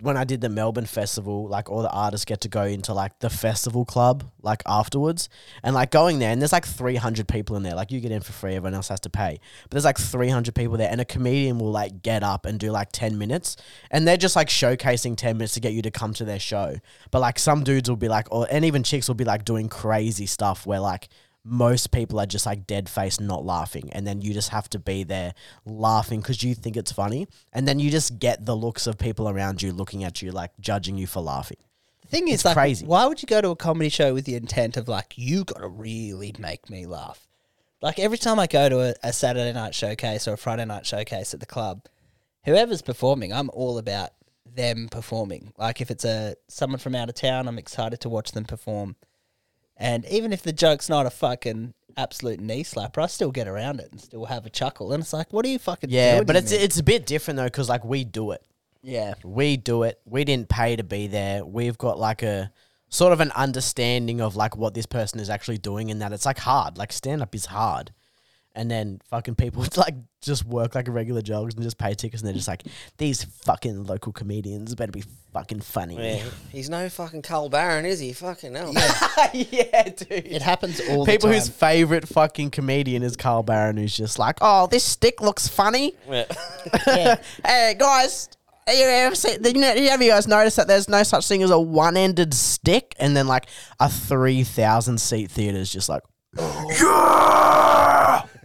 when I did the Melbourne festival, like all the artists get to go into like the festival club, like afterwards, and like going there, and there's like 300 people in there. Like you get in for free, everyone else has to pay. But there's like 300 people there, and a comedian will like get up and do like 10 minutes, and they're just like showcasing 10 minutes to get you to come to their show. But like some dudes will be like, or and even chicks will be like doing crazy stuff where like most people are just like dead face not laughing and then you just have to be there laughing because you think it's funny and then you just get the looks of people around you looking at you like judging you for laughing
The thing is,
It's
like,
crazy.
why would you go to a comedy show with the intent of like, you gotta really make me laugh? Like every time I go to a, a Saturday night showcase or a Friday night showcase at the club, whoever's performing, I'm all about them performing. Like if it's a someone from out of town, I'm excited to watch them perform. And even if the joke's not a fucking absolute knee slapper, I still get around it and still have a chuckle. And it's like, what are you fucking
yeah
doing
but
to
it's
me?
it's a bit different though because like we do it
yeah.
we do it we didn't pay to be there we've got like a sort of an understanding of like what this person is actually doing and that it's like hard like stand up is hard and then fucking people like just work like regular jobs and just pay tickets and they're just like these fucking local comedians better be fucking funny
Yeah, he's no fucking Carl Barron, is he? Fucking hell.
yeah, dude.
It happens all the
People
time.
whose favorite fucking comedian is Carl Barron, who's just like, oh, this stick looks funny. hey, guys, you ever seen, you know, have you guys noticed that there's no such thing as a one ended stick? And then, like, a 3,000 seat theater is just like,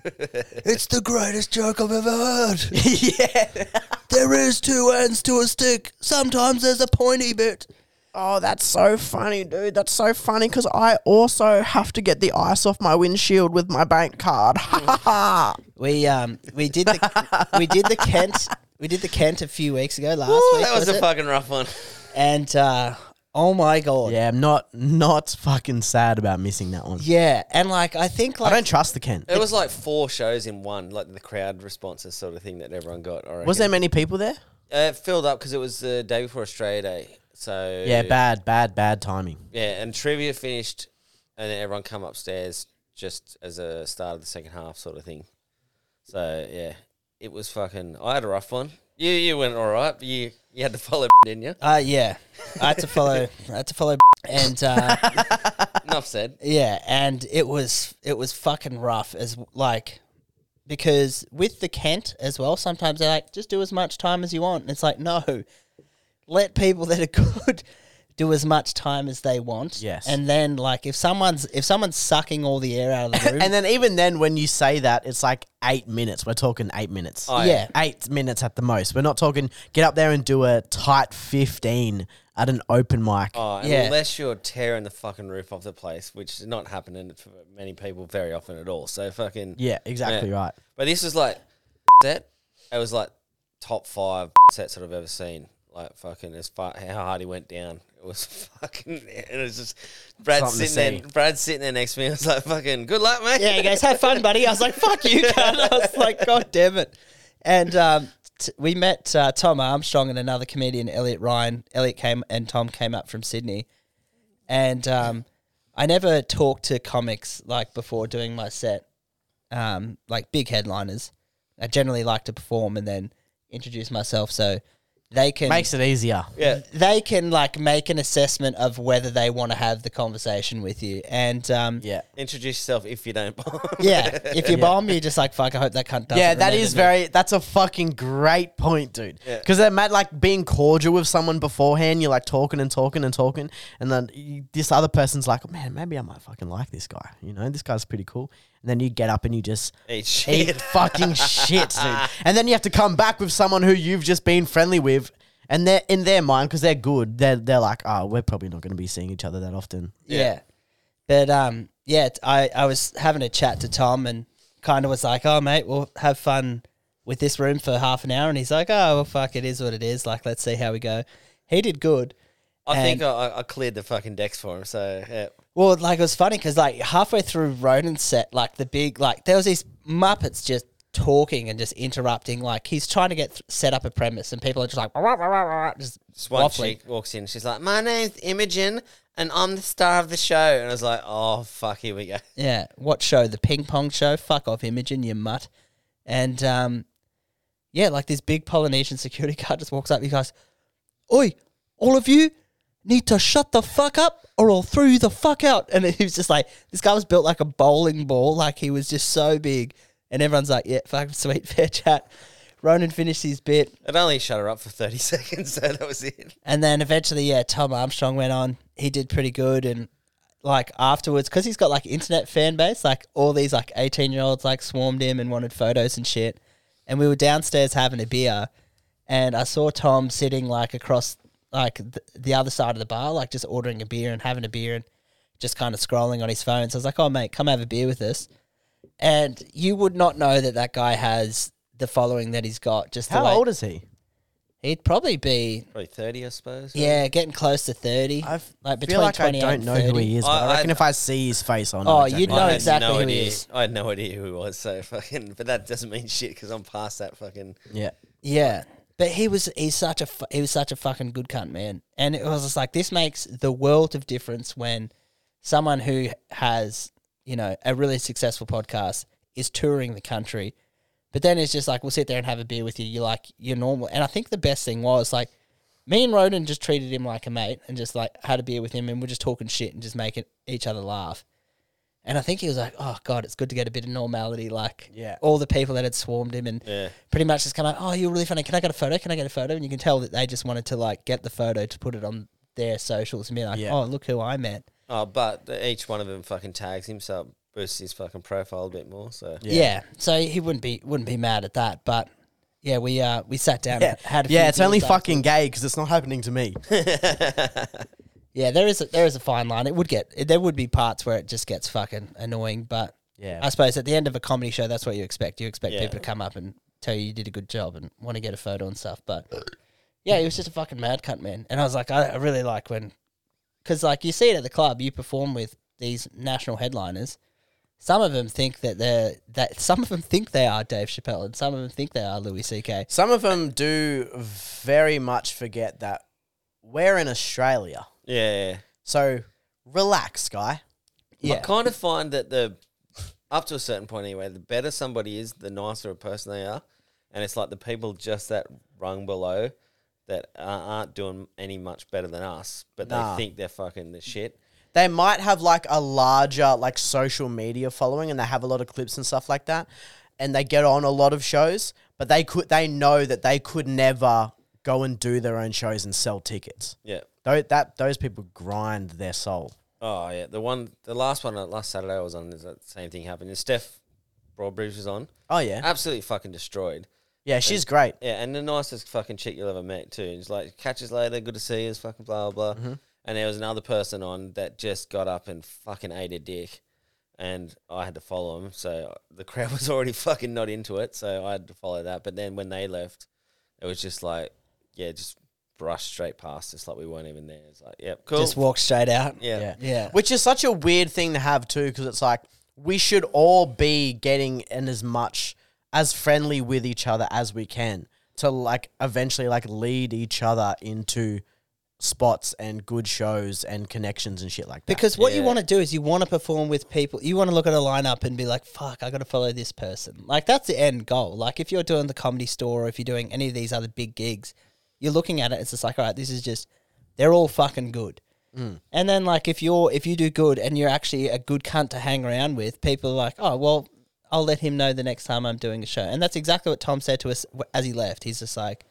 it's the greatest joke I've ever heard.
yeah.
There is two ends to a stick. Sometimes there's a pointy bit.
Oh, that's so funny, dude. That's so funny because I also have to get the ice off my windshield with my bank card. Ha ha ha.
We um we did the we did the Kent we did the Kent a few weeks ago last
Ooh,
week.
that was, a
it?
fucking rough one.
and uh, oh my god.
Yeah, I'm not not fucking sad about missing that one.
Yeah, and like I think
I
like
don't trust the Kent.
It was like four shows in one, like the crowd responses sort of thing that everyone got. I
Was there many people there?
there? Uh, it filled up because it was the day before Australia Day. So
Yeah, bad, bad, bad timing.
Yeah, and trivia finished, and then everyone come upstairs just as a start of the second half sort of thing. So yeah, it was fucking. I had a rough one. You you went all right. but You you had to follow, didn't you?
uh yeah. I had to follow I had to follow and uh
Enough said.
Yeah, and it was it was fucking rough as like because with the Kent as well, sometimes they're like, just do as much time as you want. And it's like, no. Let people that are good do as much time as they want.
Yes.
And then like if someone's if someone's sucking all the air out of the room
And then even then, when you say that, it's like eight minutes. We're talking eight minutes.
Oh,
yeah.
Eight minutes at the most. We're not talking get up there and do a tight fifteen at an open mic.
Oh, and
Yeah.
unless you're tearing the fucking roof off the place, which is not happening for many people very often at all. So fucking
yeah, exactly
Yeah.
right.
But this was like set. It was like top five sets that I've ever seen. Like fucking as far how hard he went down. It was fucking. It was just Brad
Something to
sitting there.
see.
Brad sitting there next to me. I was like, fucking good luck, mate.
Yeah, he goes, "Have fun, buddy." I was like, "Fuck you, cunt." I was like, "God damn it!" And um, t- we met uh, Tom Armstrong and another comedian, Elliot Ryan. Elliot came and Tom came up from Sydney, and um, I never talked to comics like before doing my set, um, like big headliners. I generally like to perform and then introduce myself so they can
Makes it easier.
yeah.
they can like make an assessment of whether they want to have the conversation with you. And um,
Yeah.
Introduce yourself if you don't. bomb.
yeah, if you bomb, you're just like, fuck, I hope that cunt doesn't.
Yeah, that
remember
is
me."
very. That's a fucking great point, dude. Because that might like being cordial with someone beforehand. You're like talking and talking and talking, and then you, this other person's like, "Man, maybe I might fucking like this guy." You know, this guy's pretty cool. And then you get up and you just
Eat
eat
shit.
fucking shit, dude. And then you have to come back with someone who you've just been friendly with, and they're in their mind because they're good. They're they're like, "Oh, we're probably not going to be seeing each other that often."
Yeah. But um, yeah, t- I, I was having a chat to Tom and kind of was like, oh, mate, we'll have fun with this room for half an hour. And he's like, oh, well, fuck, it is what it is. Like, let's see how we go. He did good.
I think
And-
I, I cleared the fucking decks for him. So yeah.
Well, like, it was funny because, like, halfway through Ronan's set, like, the big, like, there was these Muppets just talking and just interrupting. Like, he's trying to get th- set up a premise, and people are just like, "Wah, wah, wah, wah, wah," just
Just one
waffling.
chick walks in. She's like, "My name's Imogen, and I'm the star of the show." And I was like, "Oh fuck, here we go."
Yeah. What show? The ping pong show? Fuck off, Imogen, you mutt. And um, yeah, like this big Polynesian security guard just walks up. He goes, Oi, all of you need to shut the fuck up or I'll throw you the fuck out. And he was just like, this guy was built like a bowling ball. Like he was just so big. And everyone's like, yeah, fucking sweet, fair chat. Ronan finished his bit.
It only shut her up for 30 seconds, so that was it.
And then eventually, yeah, Tom Armstrong went on. He did pretty good, and like afterwards, because he's got like internet fan base, like all these like eighteen year olds like swarmed him and wanted photos and shit. And we were downstairs having a beer, and I saw Tom sitting like across like th- the other side of the bar, like just ordering a beer and having a beer and just kind of scrolling on his phone. So I was like, "Oh mate, come have a beer with us." And you would not know that that guy has the following that he's got. Just
How
the way-
old is he?
He'd probably be
Probably 30, I suppose.
yeah, getting close to 30. like between
feel like I
28
don't
and
know
30.
who he is. But I,
I-
reckon
I-
if I see his face on,
Oh, you'd know
had
exactly who he
idea.
is.
I had no idea who he was, so fucking. But that doesn't mean shit because I'm past that fucking.
Yeah,
Yeah. But he was he's such a fu- he was such a fucking good cunt, man. And it was just like this makes the world of difference when someone who has, you know, a really successful podcast is touring the country. But then it's just like we'll sit there and have a beer with you. You're like you're normal. And I think the best thing was like me and Ronan just treated him like a mate and just like had a beer with him and we're just talking shit and just making each other laugh. And I think he was like, "Oh God, it's good to get a bit of normality." Like,
Yeah.
all the people that had swarmed him and
Yeah.
pretty much just kind of, "Oh, you're really funny. Can I get a photo? Can I get a photo?" And you can tell that they just wanted to like get the photo to put it on their socials and be like,
Yeah.
"Oh, look who I met."
Oh, but the- each one of them fucking tags him, so it boosts his fucking profile a bit more. So
Yeah. So he wouldn't be wouldn't be mad at that, but yeah, we uh we sat down
yeah,
and had a few
yeah. It's
beers
only
after.
fucking gay because it's not happening to me.
Yeah, there is a, there is a fine line. It would get there would be parts where it just gets fucking annoying, but
Yeah.
I suppose at the end of a comedy show, that's what you expect. You expect
Yeah.
people to come up and tell you you did a good job and want to get a photo and stuff. But yeah, he was just a fucking mad cunt, man. And I was like, I, I really like when, because like you see it at the club, you perform with these national headliners. Some of them think that they're that. Some of them think they are Dave Chappelle, and some of them think they are Louis C.K.
Some of them do very much forget that we're in Australia,
yeah, yeah.
so relax, guy.
I kind of find that the up to a certain point anyway, the better somebody is, the nicer a person they are, and it's like the people just that rung below that uh, aren't doing any much better than us, but
Nah.
they think they're fucking the shit.
They might have like a larger like social media following, and they have a lot of clips and stuff like that, and they get on a lot of shows. But they could, they know that they could never go and do their own shows and sell tickets.
Yeah.
Those that those people grind their soul.
Oh yeah, the one, the last one, uh, last Saturday I was on, is that same thing happened. And Steph Broadbridge was on,
Oh yeah,
absolutely fucking destroyed.
yeah. She's great.
Yeah, and the nicest fucking chick you'll ever meet too. And she's like, catch us later, good to see you, fucking blah blah
Mm-hmm.
blah. And there was another person on that just got up and fucking ate a dick, and I had to follow him. So uh, the crowd was already fucking not into it, so I had to follow that. But then when they left, it was just like, yeah, just brushed straight past us like we weren't even there. It's like, yep, cool.
just walk straight out.
yeah.
Yeah.
Yeah.
Which is such a weird thing to have too, because it's like we should all be getting in as much as friendly with each other as we can to like eventually like lead each other into spots and good shows and connections and shit like that.
Because what you
Yeah.
want to do is you want to perform with people. You want to look at a lineup and be like, "Fuck, I got to follow this person." Like that's the end goal. Like if you're doing the comedy store or if you're doing any of these other big gigs, you're looking at it. It's just like, all right, this is just they're all fucking good. And then like if you're if you do good and you're actually a good cunt to hang around with, people are like, "Oh well, I'll let him know the next time I'm doing a show." And that's exactly what Tom said to us w- as he left. He's just like,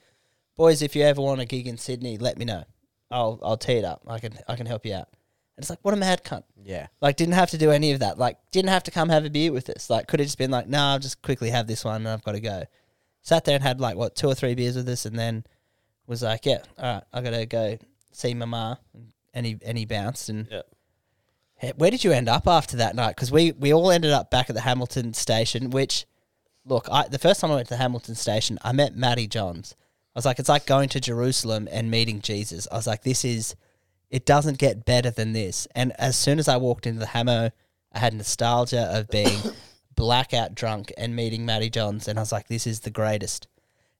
boys, if you ever want a gig in Sydney, let me know. I'll I'll tee it up. I can I can help you out. And it's like, what a mad cunt.
yeah.
Like didn't have to do any of that. Like didn't have to come have a beer with us. Like could have just been like, nah, I'll just quickly have this one and I've got to go. Sat there and had like what two or three beers with us, and then was like, yeah, all right, I gotta go see my ma. And he and he bounced and
Yeah.
Hey, Where did you end up after that night? Because we, we all ended up back at the Hamilton station, which, look, I, the first time I went to the Hamilton station, I met Maddie Johns. I was like, it's like going to Jerusalem and meeting Jesus. I was like, this is, it doesn't get better than this. And as soon as I walked into the Hamo, I had nostalgia of being blackout drunk and meeting Maddie Johns. And I was like, this is the greatest.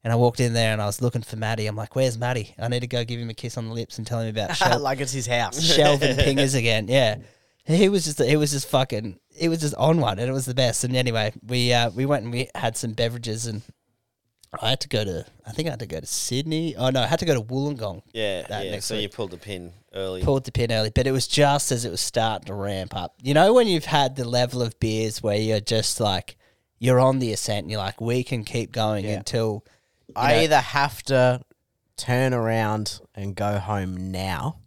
And I walked in there and I was looking for Maddie. I'm like, where's Maddie? I need to go give him a kiss on the lips and tell him about Shel-
like it's his house.
Shelvin pingers again. Yeah, he was just he was just fucking he was just on one, and it was the best. And anyway, we uh, we went and we had some beverages, and I had to go to. I think I had to go to Sydney. Oh no, I had to go to Wollongong.
Yeah,
that
yeah.
next
So
week.
you pulled the pin early.
pulled the pin early, but it was just as it was starting to ramp up. You know, when you've had the level of beers where you're just like, you're on the ascent and you're like, we can keep going until.
I
know-
either have to turn around and go home now,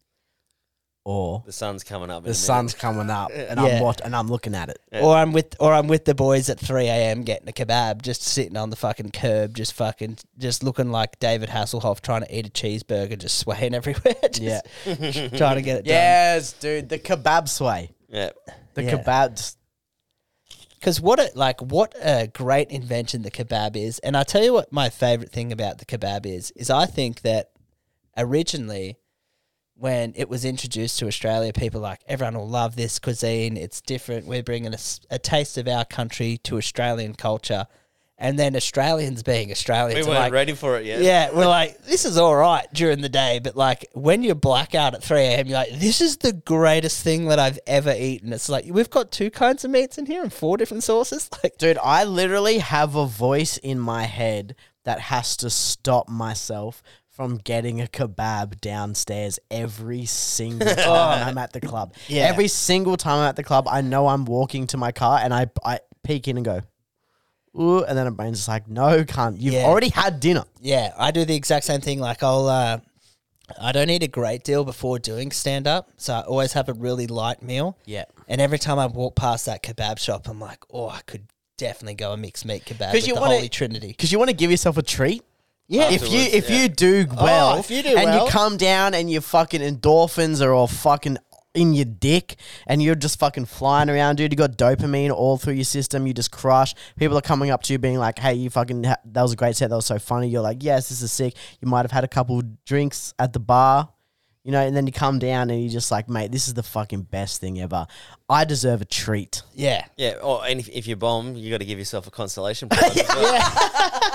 or
The sun's coming up. in
the
a minute.
sun's coming up and
Yeah.
I'm watch- and I'm looking at it.
Or I'm with, or I'm with the boys at three a.m. getting a kebab, just sitting on the fucking curb, just fucking, just looking like David Hasselhoff trying to eat a cheeseburger, just swaying everywhere, just
Yeah.
trying to get it done.
Yes, dude, the kebab sway,
Yeah.
the
Yeah.
kebabs.
Because what a like what a great invention the kebab is, and I tell you what my favorite thing about the kebab is is I think that originally when it was introduced to Australia, people were like everyone will love this cuisine. It's different. We're bringing a, s- a taste of our country to Australian culture, and then Australians being
We
Australians,
weren't
are like,
ready for it yet.
yeah, we're like, this is all right during the day, but like when you're blackout at 3 a.m., you're like, this is the greatest thing that I've ever eaten. It's like, we've got two kinds of meats in here and four different sauces. Like,
Dude, I literally have a voice in my head that has to stop myself from getting a kebab downstairs every single time I'm at the club.
Yeah.
Every single time I'm at the club, I know I'm walking to my car and I, I peek in and go, ooh, and then my brain's just like, no, cunt, you've
Yeah.
already had dinner.
yeah, I do the exact same thing. Like, I'll, uh, I don't eat a great deal before doing stand up. So I always have a really light meal.
Yeah.
And every time I walk past that kebab shop, I'm like, oh, I could definitely go a mixed meat kebab
'Cause
with
you
the
wanna-
Holy Trinity.
Because you want to give yourself a treat.
Yeah. Oh,
If you
Afterwards,
if
yeah.
you do well,
if you do
and
well.
you come down and your fucking endorphins are all fucking in your dick, and you're just fucking flying around, dude. You got dopamine all through your system. You just crush. People are coming up to you, being like, "Hey, you fucking ha- that was a great set. That was so funny." You're like, "Yes, this is sick." You might have had a couple drinks at the bar, you know, and then you come down and you're just like, "Mate, this is the fucking best thing ever. I deserve a treat."
Yeah.
Yeah. Or and if, if you bomb, you got to give yourself a consolation prize. as well.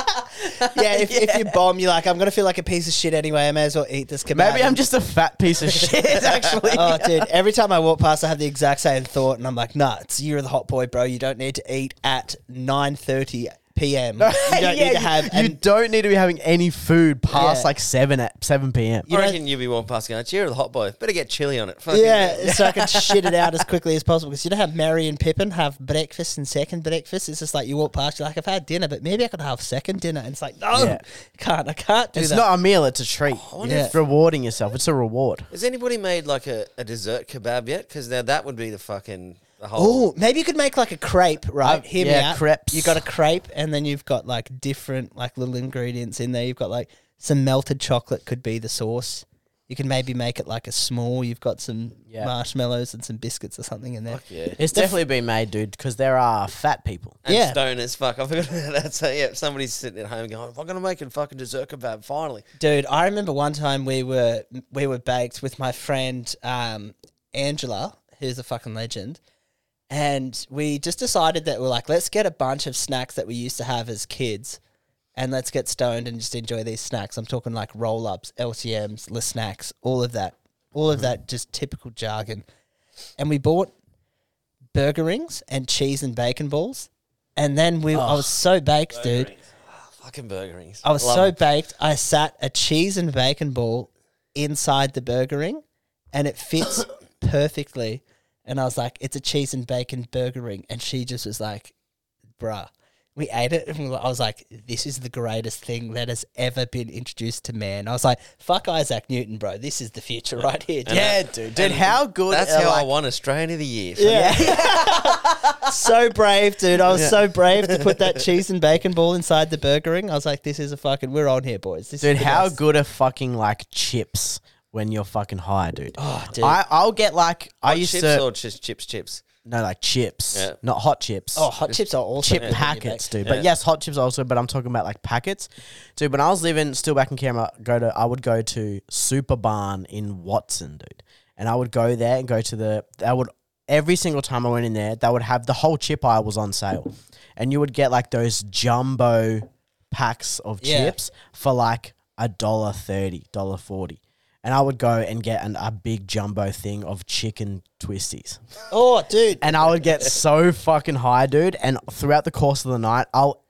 Yeah. If, if you bomb, you're like, I'm going to feel like a piece of shit anyway. I may as well eat this kebab.
Maybe I'm
And-
just a fat piece of shit. Actually,
oh, dude, every time I walk past, I have the exact same thought, and I'm like, nah, it's you're the hot boy, bro. You don't need to eat at 9.30 p.m. You don't
Yeah,
need to
you-
have...
You,
and
don't need to be having any food past
Yeah.
like seven at seven p.m.
I reckon you'll be one past going, cheer the hot boy. Better get chili on it. Fucking-
yeah, so I can shit it out as quickly as possible. Because you know how Mary and Pippin have breakfast and second breakfast? It's just like you walk past, you're like, I've had dinner, but maybe I could have second dinner. And it's like, no,
Yeah.
can't. I can't do
It's
that.
not a meal; it's a treat.
wonder
It's
if-
rewarding yourself. It's a reward.
Has anybody made like a, a dessert kebab yet? Because now that would be the fucking the whole.
Oh, maybe you could make like a crepe, right?
Uh,
Hear me
yeah,
out.
crepes.
You got a crepe, and then you've got like different like little ingredients in there. You've got like some melted chocolate could be the sauce. You can maybe make it like a small. You've got some
Yeah.
marshmallows and some biscuits or something in there.
Yeah.
It's definitely been made, dude, because there are fat people.
And
yeah.
stone as fuck. I forgot about that. So yeah, somebody's sitting at home going, "I'm gonna make a fucking dessert kebab finally."
Dude, I remember one time we were we were baked with my friend um, Angela, who's a fucking legend, and we just decided that we're like, let's get a bunch of snacks that we used to have as kids, and let's get stoned and just enjoy these snacks. I'm talking like roll ups, LCMs, le snacks, all of that, all of that, just typical jargon. And we bought burger rings and cheese and bacon balls, and then we I was so baked, dude.
Fucking burger rings.
I was
Love
so
'em.
baked. I sat a cheese and bacon ball inside the burger ring, and it fits perfectly. And I was like, "It's a cheese and bacon burger ring," and she just was like, "Bruh." We ate it, and we were- I was like, "This is the greatest thing that has ever been introduced to man." I was like, "Fuck Isaac Newton, bro. This is the future right here." dude."
Yeah, dude. Dude, how good?
That's
are,
how I
like-
won Australian of the Year.
so brave, dude. I was so brave to put that cheese and bacon ball inside the burger ring. I was like, "This is a fucking. We're on here, boys." This
Dude,
is the
how
best."
good are fucking like chips when you're fucking high, dude?
Oh, dude.
I I'll get like I
Hot
used
chips
to
or just chips, chips.
no like chips,
Yeah.
not hot chips.
Oh, hot chips are also
chip
good when you
packets,
bake.
dude. But yes, hot chips also. But I'm talking about like packets, dude. When I was living still back in Canberra, go to I would go to Super Barn in Watson, dude, and I would go there and go to the. I would every single time I went in there, they would have the whole chip aisle was on sale, and you would get like those jumbo packs of
Yeah.
chips for like a dollar thirty, dollar forty. And I would go and get an, a big jumbo thing of chicken twisties
Oh, dude.
and I would get so fucking high, dude. And throughout the course of the night, I'll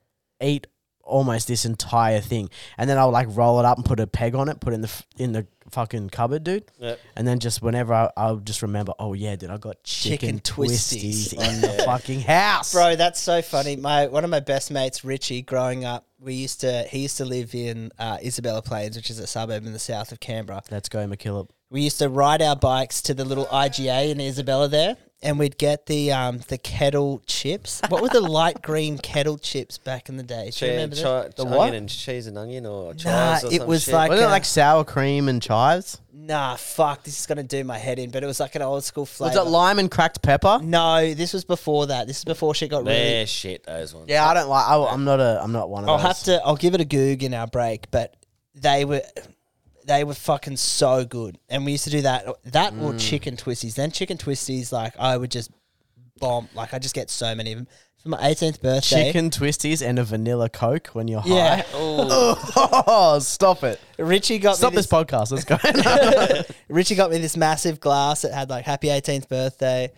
eat almost this entire thing, and then I'll like roll it up and put a peg on it, put it in the f- in the fucking cupboard, dude.
Yep.
And then just whenever I, I'll just remember, oh yeah, dude, I got chicken,
Chicken
twisties,
twisties.
in the fucking house,
Bro, that's so funny. My one of my best mates, Richie, growing up, we used to he used to live in uh, Isabella Plains, which is a suburb in the south of Canberra.
Let's go, McKillop.
We used to ride our bikes to the little IGA in Isabella there, and we'd get the um, the kettle chips. What were the light green kettle chips back in the day? Do you remember
Cheese,
that?
the
what?
onion and cheese and onion or
Nah,
chives or
it
some
was
shit.
like
Wasn't it
uh,
like sour cream and chives?
nah, fuck, this is gonna do my head in. But it was like an old school flavor.
Was it lime and cracked pepper?
No, this was before that. This is before shit got really
They're shit, those ones.
Yeah, I don't like. I, I'm not a. I'm not one of
I'll
those.
have to. I'll give it a goog in our break, but they were, they were fucking so good, and we used to do that. That or
Mm.
chicken twisties. Then chicken twisties, like I would just bomb. Like I just get so many of them for my 18th birthday.
chicken twisties and a vanilla coke when you're
Yeah.
high. Oh, stop it!
Richie got
Stop
me
this
this.
podcast. Let's go.
Richie got me this massive glass. that had like happy 18th birthday.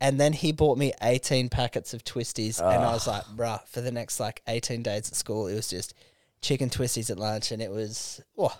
And then he bought me 18 packets of twisties. And I was like, bruh, for the next like 18 days at school, it was just chicken twisties at lunch. And it was, oh,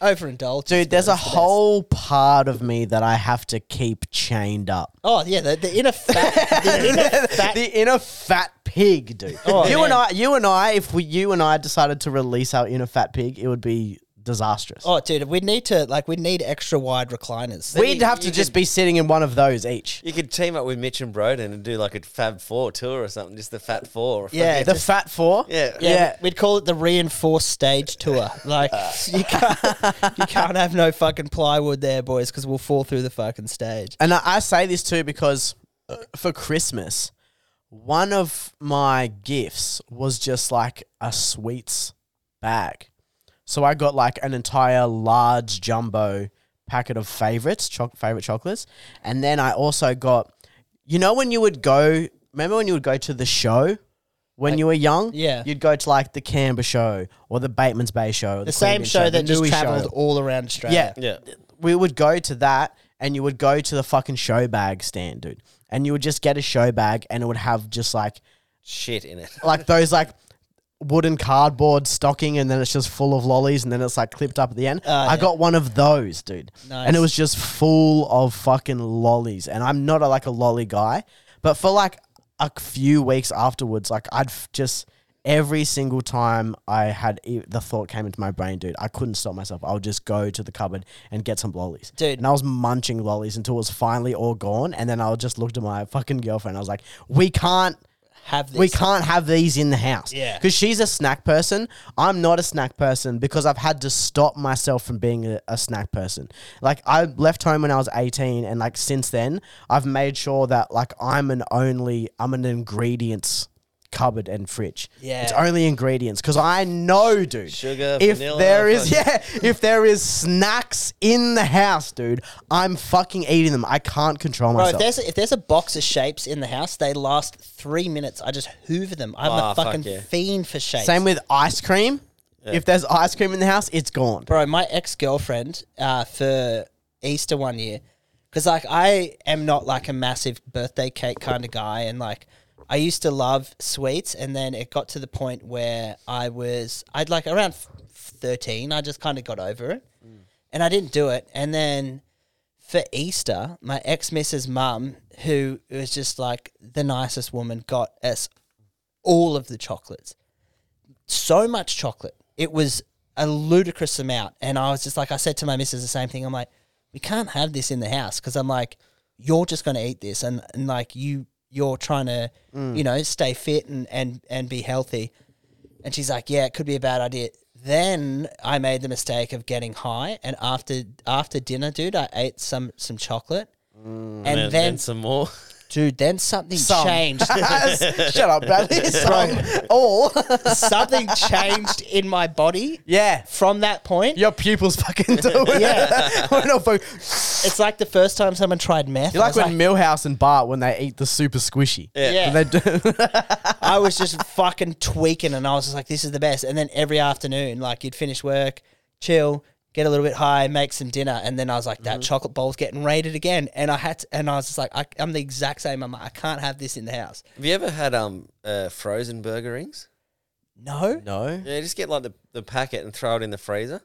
overindulged.
Dude, there's a whole part of me that I have to keep chained up.
Oh yeah, the, the inner fat, the inner fat.
the inner fat pig, dude.
Oh,
you and
man.
I, you and I, if we, you and I decided to release our inner fat pig, it would be disastrous.
oh dude, we need to like we need extra wide recliners.
We'd
you-
have to
you
just be sitting in one of those each.
You could team up with Mitch and Broden and do like a Fab Four tour or something, just the Fat Four.
Yeah,
The
just-
fat four.
Yeah.
yeah,
yeah.
we'd call it the reinforced stage tour. Like
Uh.
you can't, you can't have no fucking plywood there, boys, because we'll fall through the fucking stage.
And I, I say this too because uh, for Christmas, one of my gifts was just like a sweets bag. So I got like an entire large jumbo packet of favorites, choc favorite chocolates, and then I also got, you know, when you would go, remember when you would go to the show. When you were young,
yeah.
you'd go to like the Canberra show or the Bateman's Bay show, or
The same show that just travelled
all.
all around Australia.
Yeah.
Yeah.
We would go to that and you would go to the fucking show bag stand, dude. And you would just get a show bag and it would have just like
Shit in it.
like those like wooden cardboard stocking and then it's just full of lollies and then it's like clipped up at the end. I got one of those, dude. And it
Ah, Nice.
was just full of fucking lollies. And I'm not a, like a lolly guy, but for like a few weeks afterwards, like I'd f- just every single time I had e- the thought came into my brain, dude, I couldn't stop myself. I would just go to the cupboard and get some lollies,
Dude.
And I was munching lollies until it was finally all gone. And then I just looked at my fucking girlfriend. I was like, we can't
Have this.
we can't have these in the house.
Yeah.
Because she's a snack person. I'm not a snack person because I've had to stop myself from being a, a snack person. Like, I left home when I was 18, and like since then, I've made sure that like I'm an only, I'm an ingredients cupboard and fridge.
Yeah.
It's only ingredients because I know, dude.
Sugar,
if
vanilla,
there is,
fuck.
yeah, if there is snacks in the house, dude, I'm fucking eating them. I can't control
Bro,
myself.
if there's if there's a box of shapes in the house, they last three minutes. I just hoover them. I'm
Ah,
a
fuck
fucking
yeah.
fiend for shapes.
Same with ice cream. If there's ice cream in the house, it's gone.
bro my ex-girlfriend uh, for easter one year because like i am not like a massive birthday cake kind of guy and like i used to love sweets and then it got to the point where i was i'd like around f- 13 i just kind of got over it and i didn't do it and then for Easter, my ex missus mum, who was just like the nicest woman, got us all of the chocolates. So much chocolate. It was a ludicrous amount. And I was just like, I said to my missus the same thing. I'm like, we can't have this in the house because I'm like, you're just going to eat this. And, and like, you, you're trying to, you know, stay fit and, and, and be healthy. And she's like, "Yeah, it could be a bad idea." Then I made the mistake of getting high, and after after dinner, dude, I ate some some chocolate, and,
And
then,
then some more.
dude, then something changed.
Shut up, Bradley. Some, all.
something changed in my body
yeah.
from that point.
Your pupils fucking do it.
Yeah.
We're not fuck-
It's like the first time someone tried meth.
You're
I
like
was
when Millhouse and Bart when they eat the super squishy.
Yeah.
They do-
I was just fucking tweaking, and I was just like, "This is the best." And then every afternoon, like you'd finish work, chill, get a little bit high, make some dinner, and then I was like,
Mm-hmm.
"That chocolate bowl's getting raided again." And I had, to, and I was just like, I, "I'm the exact same. I'm like, I can't have this in the house."
Have you ever had um uh, frozen burger rings?
No.
No.
Yeah, just get like the, the packet and throw it in the freezer,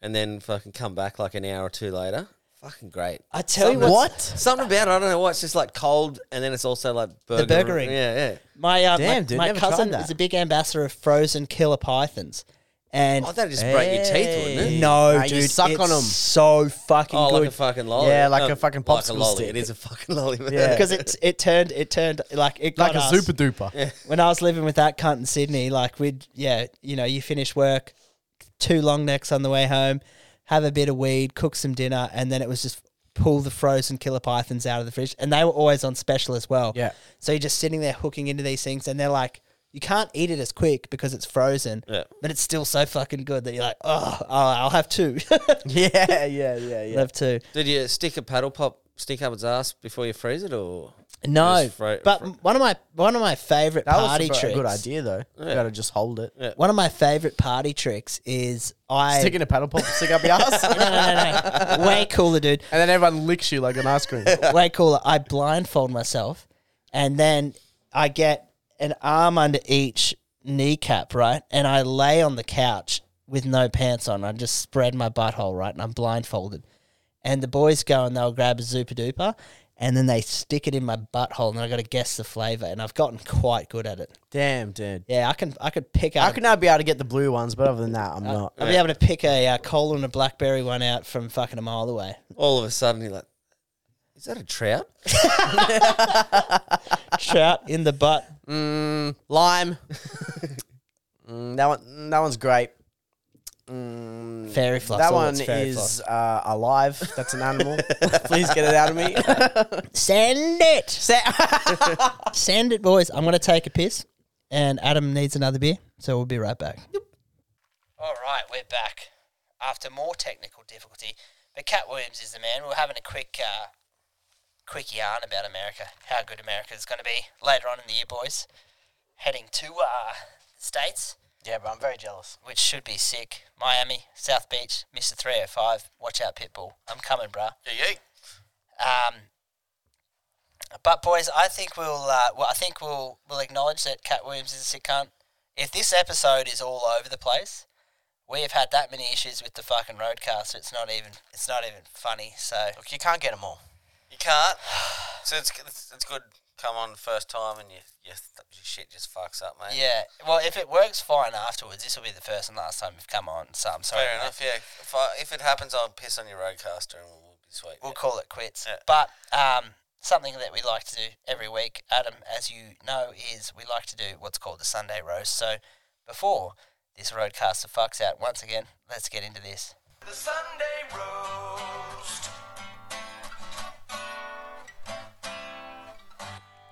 and then fucking come back like an hour or two later. Fucking great.
I tell you
Something-
what.
Something about it, I don't know what. It's just like cold, and then it's also like burger.
burgering.
Yeah, yeah.
My uh,
Damn,
my,
dude,
my
never tried
cousin
that.
is a big ambassador of frozen killer pythons, and
Oh, that'd just break your teeth, wouldn't it?
no,
Nah, you
dude,
suck
it's
on 'em.
so fucking
Oh,
good
like a fucking lolly. Oh,
Yeah, like a fucking
like a
popsicle
lolly.
stick.
It is a fucking lolly. man.
Yeah.
because it it turned it turned like it got
Like a
us.
super duper.
when I was living with that cunt in Sydney, like we'd yeah, you know, you finish work, two long necks on the way home, have a bit of weed, cook some dinner, and then it was just pull the frozen killer pythons out of the fridge, and they were always on special as well.
Yeah.
So you're just sitting there hooking into these things, and they're like. You can't eat it as quick because it's frozen,
Yeah.
but it's still so fucking good that you're like, oh, oh I'll have two.
Yeah, yeah, yeah, yeah.
have two.
Did you stick a paddle pop stick up its ass before you freeze it, or
No,
Just fro-
but
fro-
one of my one of my favorite
That
party
was a,
tricks.
good idea though. You gotta just hold it.
One of my favorite party tricks is I
Stick in a paddle pop, stick up your ass, and
no, no, no, no. Way cooler, dude.
then everyone licks you like an ice cream.
Way cooler. I blindfold myself and then I get an arm under each kneecap, right? And I lay on the couch with no pants on. I just spread my butthole, right? And I'm blindfolded. And the boys go and they'll grab a Zupa Duper and then they stick it in my butthole and I got to guess the flavor. And I've gotten quite good at it.
Damn, dude.
Yeah, I can. I could pick
I
out.
could now be able to get the blue ones, but other than that, I'm not.
I'll be able to pick a uh, cola and a blackberry one out from fucking a mile away.
all of a sudden you're like, is that a trout?
Shout in the butt.
Lime. Mm, that one. mm, That one's great.
Fairy floss.
that
Oh,
one
it's fairy floss.
is uh, alive. That's an animal. Please get it out of me.
Send it. Send it, boys. I'm going to take a piss, and Adam needs another beer, so we'll be right back. All right, we're back after more technical difficulty. But Cat Williams is the man. We We're having a quick, uh, quick yarn about America, how good America is going to be later on in the year, boys. Heading to uh, the states,
yeah, but I'm very jealous.
which should be sick. Miami, South Beach, Mister 305. Watch out, Pitbull. I'm coming, bruh. Um, but boys, I think we'll uh, well, I think we'll we'll acknowledge that Cat Williams is a sick cunt. If this episode is all over the place, we have had that many issues with the fucking roadcaster. It's not even it's not even funny. So
Look, you can't get them all. You can't. So it's it's, it's good. Come on, first time, and you, you your shit just fucks up, mate.
yeah, well, if it works fine afterwards, this will be the first and last time we've come on. So I'm sorry.
Fair
mate.
enough. Yeah. If, I, if it happens, I'll piss on your roadcaster, and we'll be sweet.
We'll call it quits.
Yeah.
But um, something that we like to do every week, Adam, as you know, is we like to do what's called the Sunday roast. So before this roadcaster fucks out once again, let's get into this.
The Sunday roast.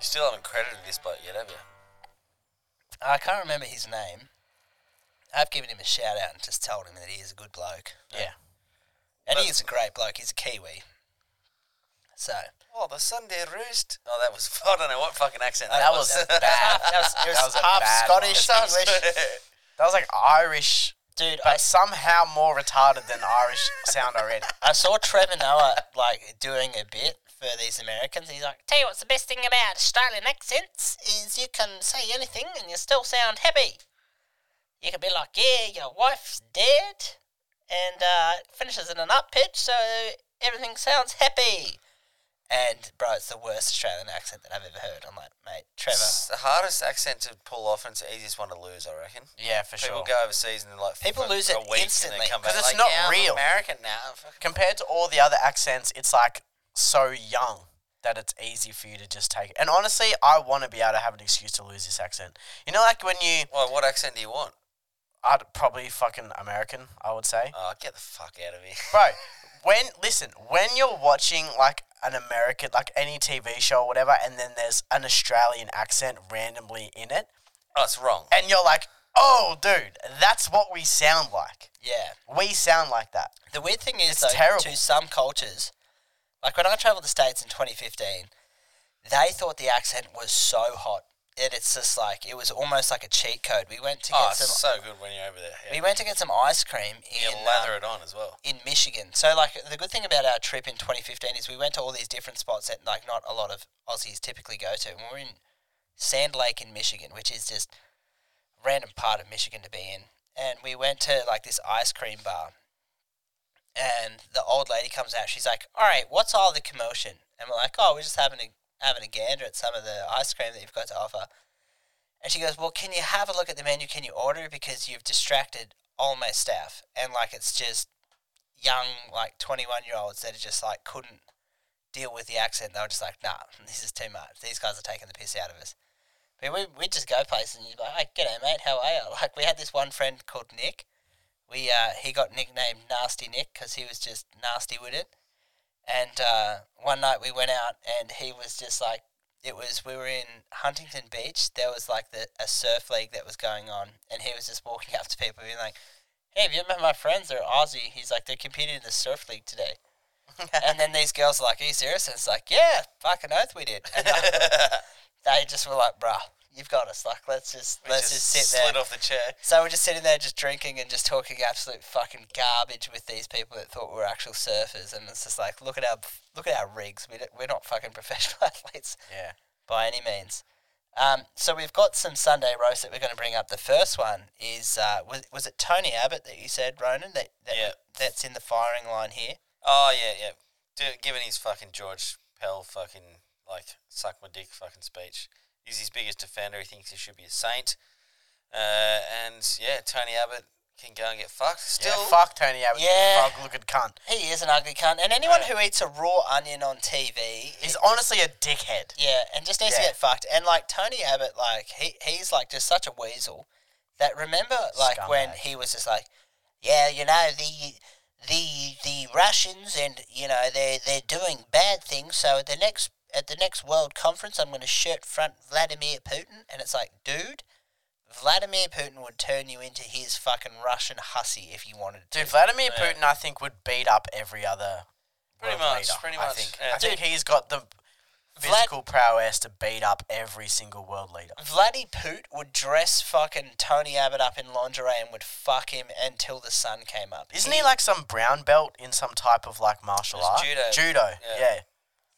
You still haven't credited this bloke yet, have you?
I can't remember his name. I've given him a shout out and just told him that he is a good bloke. Yeah. And he is a great bloke. He's a Kiwi. So
Oh, the Sunday roast. Oh, that was. I don't know what fucking accent that,
that
was.
was bad. That was, it was
That was a
half
bad one.
Scottish,
It's
English.
That was like Irish,
Dude, I
but somehow more retarded than Irish sound already.
I saw Trevor Noah like doing a bit for these Americans. He's like, "Tell you what's the best thing about Australian accents is you can say anything and you still sound happy. You can be like, yeah, your wife's dead,' and uh, it finishes in an up pitch, so everything sounds happy." And bro, it's the worst Australian accent that I've ever heard. I'm like, mate, Trevor.
It's the hardest accent to pull off, and it's the easiest one to lose, I reckon.
Yeah, for
People
sure.
go overseas and like
Oh. People
for
lose
a
it
week and then
instantly,
come
'cause
back,
it's
like,
not
"Yeah, I'm
real."
American now. Fucking-
Compared to all the other accents, it's like so young that it's easy for you to just take. And honestly, I want to be able to have an excuse to lose this accent. You know, like when you,
Well, what accent do you want?
I'd probably fucking American, I would say.
Oh, get the fuck out of here.
bro. When listen, when you're watching like an American, like any TV show or whatever, and then there's an Australian accent randomly in it,
Oh, it's wrong.
and you're like, "Oh, dude, that's what we sound like.
Yeah.
We sound like that."
The weird thing is,
It's
though,
terrible.
to some cultures, like when I traveled the States in 2015, they thought the accent was so hot. It, it's just like, it was almost like a cheat code. We went to get
Oh,
some.
it's so good when you're over there. Yeah.
we went to get some ice cream
You
in
lather
um,
it on as well.
in Michigan. So like the good thing about our trip in 2015 is we went to all these different spots that like not a lot of Aussies typically go to. And we were in Sand Lake in Michigan, which is just random part of Michigan to be in, and we went to like this ice cream bar, and the old lady comes out. She's like, "All right, what's all the commotion?" And we're like, "Oh, we're just having a having a gander at some of the ice cream that you've got to offer." And she goes, "Well, can you have a look at the menu? Can you order because you've distracted all my staff?" And like, it's just young, like twenty-one year olds that are just like couldn't deal with the accent. They were just like, "Nah, this is too much. These guys are taking the piss out of us." But we we just go places and you're like, "Hey, g'day, mate. How are you?" Like, we had this one friend called Nick. We uh, he got nicknamed Nasty Nick because he was just nasty with it. And uh, one night we went out and he was just like, it was we were in Huntington Beach. There was like the a surf league that was going on, and he was just walking up to people being like, "Hey, have you met my friends? They're Aussie." He's like, "They're competing in the surf league today." and then these girls are like, "Are you serious?" And it's like, "Yeah, fucking oath we did." And I- they just were like, "Bruh, you've got us. Like, let's just
We
let's just, sit there."
slid off the chair.
So we're just sitting there, just drinking and just talking absolute fucking garbage with these people that thought we were actual surfers, and it's just like, look at our look at our rigs. We don't, we're not fucking professional athletes,
Yeah.
by any means. Um, so we've got some Sunday roast that we're going to bring up. The first one is uh, was was it Tony Abbott that you said, Ronan? That, that
Yeah.
that's in the firing line here.
Oh yeah, yeah. Do, given his fucking George Pell fucking like suck my dick fucking speech, he's his biggest defender. He thinks he should be a saint. Uh, and yeah, Tony Abbott can go and get fucked. Still,
yeah, fuck Tony Abbott.
Yeah.
Fuck, look at cunt.
He is an ugly cunt, and anyone who eats a raw onion on TV
He's honestly a dickhead.
Yeah, and just needs to
Yeah.
get fucked. And like Tony Abbott, like he he's like just such a weasel. That remember, like when
Scumbag.
he was just like, yeah, you know the the the Russians and you know they they're doing bad things. So at the next at the next World Conference, I'm going to shirt front Vladimir Putin, and it's like, dude. Vladimir Putin would turn you into his fucking Russian hussy if you wanted to.
Dude, Vladimir Putin, I think, would beat up every other.
Pretty
world
much,
leader,
pretty
I
much,
think,
yeah.
I think he's got the physical prowess to beat up every single world leader.
Vladdy Poot would dress fucking Tony Abbott up in lingerie and would fuck him until the sun came up.
Isn't he like some brown belt in some type of like martial
It's
art?
judo.
Judo.
Yeah.
Yeah.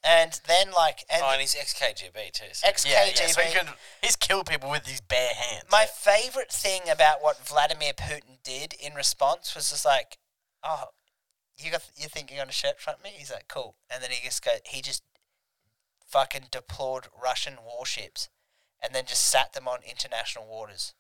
And then like and
oh, and he's ex KGB too. So
ex
Yeah. yeah.
KGB.
So he could, he's killed people with his bare hands.
my favorite thing about what Vladimir Putin did in response was just like, "Oh, you got you think you're gonna shirt front me?" He's like, "Cool," and then he just go he just fucking deplored Russian warships, and then just sat them on international waters.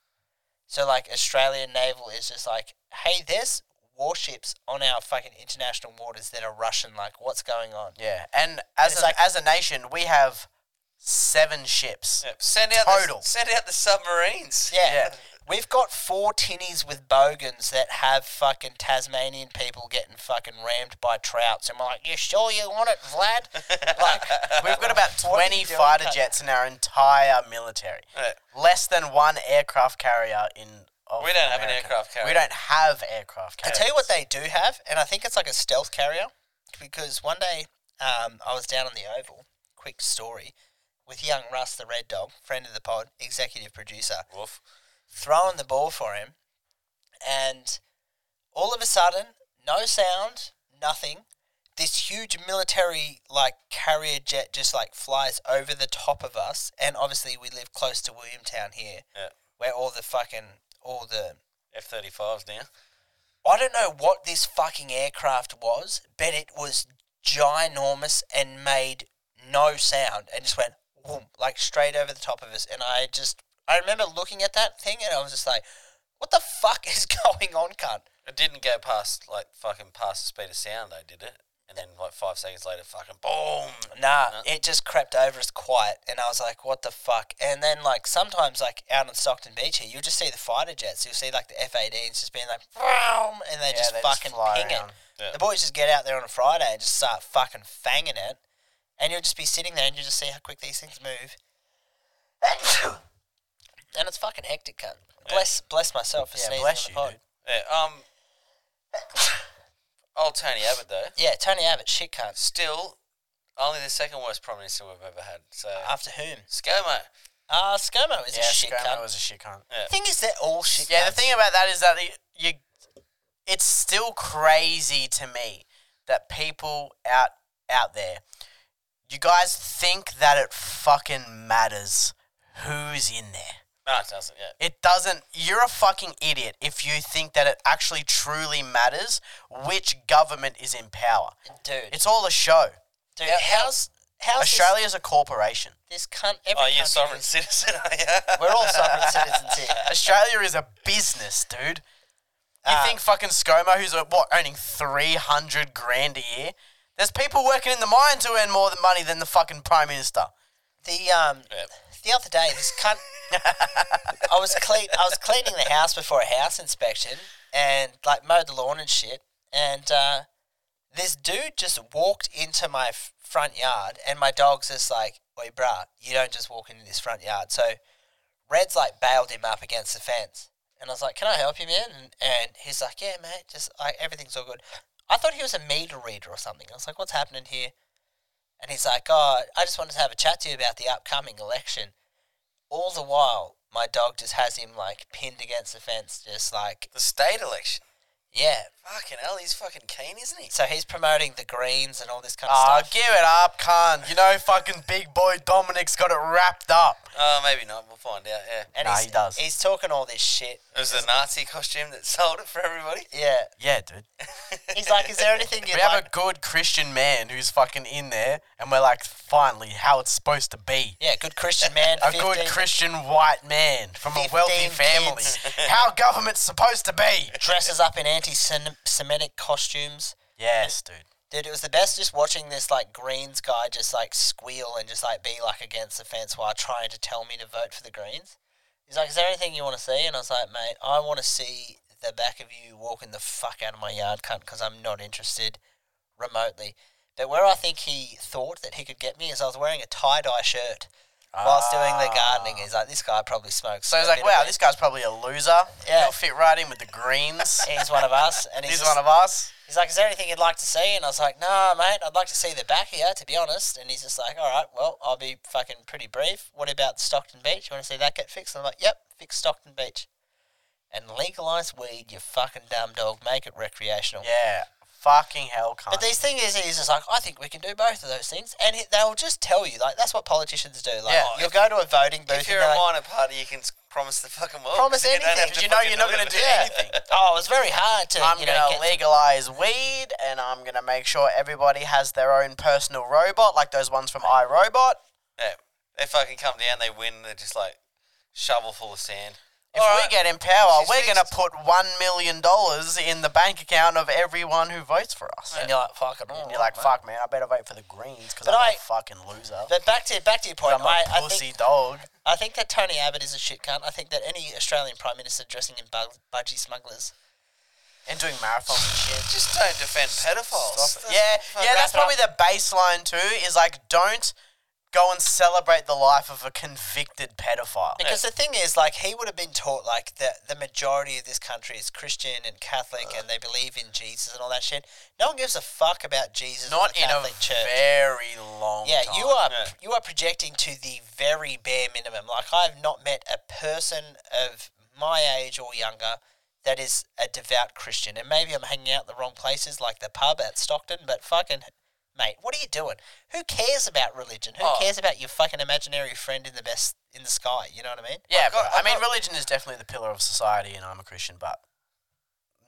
So like Australian naval is just like, "Hey, there's warships on our fucking international waters that are Russian. Like, what's going on?"
yeah. And as
it's
a,
like-
as a nation, we have seven ships.
yeah, send out
Total.
The, send out the submarines.
Yeah.
Yeah.
We've got four tinnies with bogans that have fucking Tasmanian people getting fucking rammed by trouts. And we're like, you sure you want it, Vlad? like,
We've got about
What are you
20
doing,
fighter
cunt?
jets in our entire military.
Yeah.
Less than one aircraft carrier in. of
We don't have an
America.
aircraft carrier.
We don't have aircraft
I
carriers.
tell you what they do have, and I think it's like a stealth carrier, because one day um, I was down on the Oval. Quick story with young Russ, the Red Dog, friend of the pod, executive producer.
Woof.
throwing the ball for him, and all of a sudden, no sound, nothing. This huge military like carrier jet just like flies over the top of us, and obviously we live close to Williamtown here,
Yeah.
where all the fucking all the
F thirty fives now.
I don't know what this fucking aircraft was, but it was ginormous and made no sound and just went whoom, like straight over the top of us. And I just, I remember looking at that thing and I was just like, what the fuck is going on, cunt?
It didn't go past like fucking past the speed of sound though, did it? And then like five seconds later, fucking boom.
Nah, it just crept over us quiet, and I was like, "What the fuck?" And then like sometimes like out on Stockton Beach here, you'll just see the fighter jets. You'll see like the F-18s just being like, "Vroom," and they just
they just
fucking
fly
ping
around.
it.
Yeah.
The boys just get out there on a Friday and just start fucking fanging it, and you'll just be sitting there and you just see how quick these things move. and it's fucking hectic, cunt. Bless bless myself for
Yeah,
sneezing
bless
on
you,
the pod.
dude.
Yeah, um, old Tony Abbott though.
Yeah, Tony Abbott, shit cunt.
Still, only the second worst prime minister we've ever had. So
After whom?
ScoMo.
Ah, uh, ScoMo is
yeah,
a shit
ScoMo
cunt.
was a shit cunt.
The thing is, they're all shit.
Yeah,
cunts.
the thing about that is that it- you, it's still crazy to me that people out out there, you guys think that it fucking matters who's in there.
No, it doesn't. Yeah.
It doesn't. You're a fucking idiot if you think that it actually truly matters which government is in power.
Dude,
It's all a show.
dude, how's how's
Australia is a corporation.
this, this cunt? Every
Oh, you're a
country
sovereign
is-
citizen, are you?
We're all sovereign citizens here.
Australia is a business, dude. You think fucking ScoMo, who's uh, what owning three hundred grand a year? There's people working in the mines who earn more than money than the fucking prime minister.
The um, the other day, this cunt. I was clean. I was cleaning the house before a house inspection, and like mowed the lawn and shit. And uh, this dude just walked into my f- front yard, and my dog's just like, "Oi, bruh, you don't just walk into this front yard." So Red's like bailed him up against the fence, and I was like, "Can I help you, man?" And, and he's like, "Yeah, mate, just like everything's all good." I thought he was a meter reader or something. I was like, "What's happening here?" And he's like, Oh, I just wanted to have a chat to you about the upcoming election. All the while, my dog just has him like pinned against the fence, just like,
The state election.
yeah.
Fucking hell, he's fucking keen, isn't he?
So he's promoting the Greens and all this kind of
Ah,
stuff.
give it up, Khan. You know, fucking big boy Dominic's got it wrapped up.
Oh, maybe not. We'll find out. Yeah.
And
Nah,
he's,
he does.
He's talking all this shit.
It was the Nazi costume that sold it for everybody.
Yeah.
Yeah, dude.
He's like, Is there anything you'd
we have
like?
a good Christian man who's fucking in there, and we're like, finally, how it's supposed to be.
yeah, good Christian man.
A
15
good Christian white man from a wealthy
15
family.
kids.
how government's supposed to be.
Dresses up in anti Semitic costumes.
Yes, dude.
Dude, it was the best just watching this like Greens guy just like squeal and just like be like against the fence while trying to tell me to vote for the Greens. He's like, "Is there anything you want to see?" And I was like, "Mate, I want to see the back of you walking the fuck out of my yard, cunt, because I'm not interested remotely." But where I think he thought that he could get me is I was wearing a tie dye shirt whilst doing the gardening. He's like, "This guy probably smokes."
Ah. So he's like, wow, this guy's probably a loser.
Yeah.
He'll fit right in with the greens.
He's one of us, and he's,
He's
just-
one of us.
He's like, "Is there anything you'd like to see?" And I was like, "Nah, mate. I'd like to see the back here, to be honest." And he's just like, "All right, well, I'll be fucking pretty brief. What about Stockton Beach? You want to see that get fixed?" I'm like, "Yep, fix Stockton Beach, and legalize weed. You fucking dumb dog. Make it recreational."
Yeah. Fucking hell, cunt.
But these things is he's just like, I think we can do both of those things, and he, they'll just tell you like that's what politicians do. Like,
Yeah.
you'll go to a voting booth.
If you're
and
a
they're like,
minor party, you can s- promise the fucking world.
Promise
You don't
anything,
have
'cause
to
you know
fucking
you're not gonna
deliver.
do
Yeah.
anything.
oh, it's very hard to.
I'm
you know,
gonna
get-
legalize weed, and I'm gonna make sure everybody has their own personal robot, like those ones from iRobot.
Yeah. They fucking come down, they win, they're just like shovel full of sand.
If
All
we
right.
get in power,
She's
we're gonna
fixed.
put one million dollars in the bank account of everyone who votes for us.
and you're like, fuck it. all
And you're
right,
like, fuck, man, I better vote for the Greens because
But
I'm I,
I-
am a fucking loser.
But back to back to your point,
I'm a
I, I
pussy
think
dog.
I think that Tony Abbott is a shit cunt. I think that any Australian prime minister dressing in bug- budgie smugglers.
And doing marathons and shit.
Just don't defend pedophiles.
yeah, yeah, that's probably the baseline too. Is like, don't go and celebrate the life of a convicted pedophile.
Because the thing is, like, he would have been taught like that the majority of this country is Christian and Catholic, and they believe in Jesus and all that shit. No one gives a fuck about Jesus. or
Not
the
in a
Catholic church.
very long.
Yeah,
time.
you are you are projecting to the very bare minimum. Like I've not met a person of my age or younger that is a devout Christian. And maybe I'm hanging out in the wrong places, like the pub at Stockton. But fucking mate, what are you doing? Who cares about religion?
Oh.
Who cares about your fucking imaginary friend in the best in the sky? You know what I mean?
Yeah,
got-
but, I
I've
mean,
got-
religion is definitely the pillar of society, and I'm a Christian, but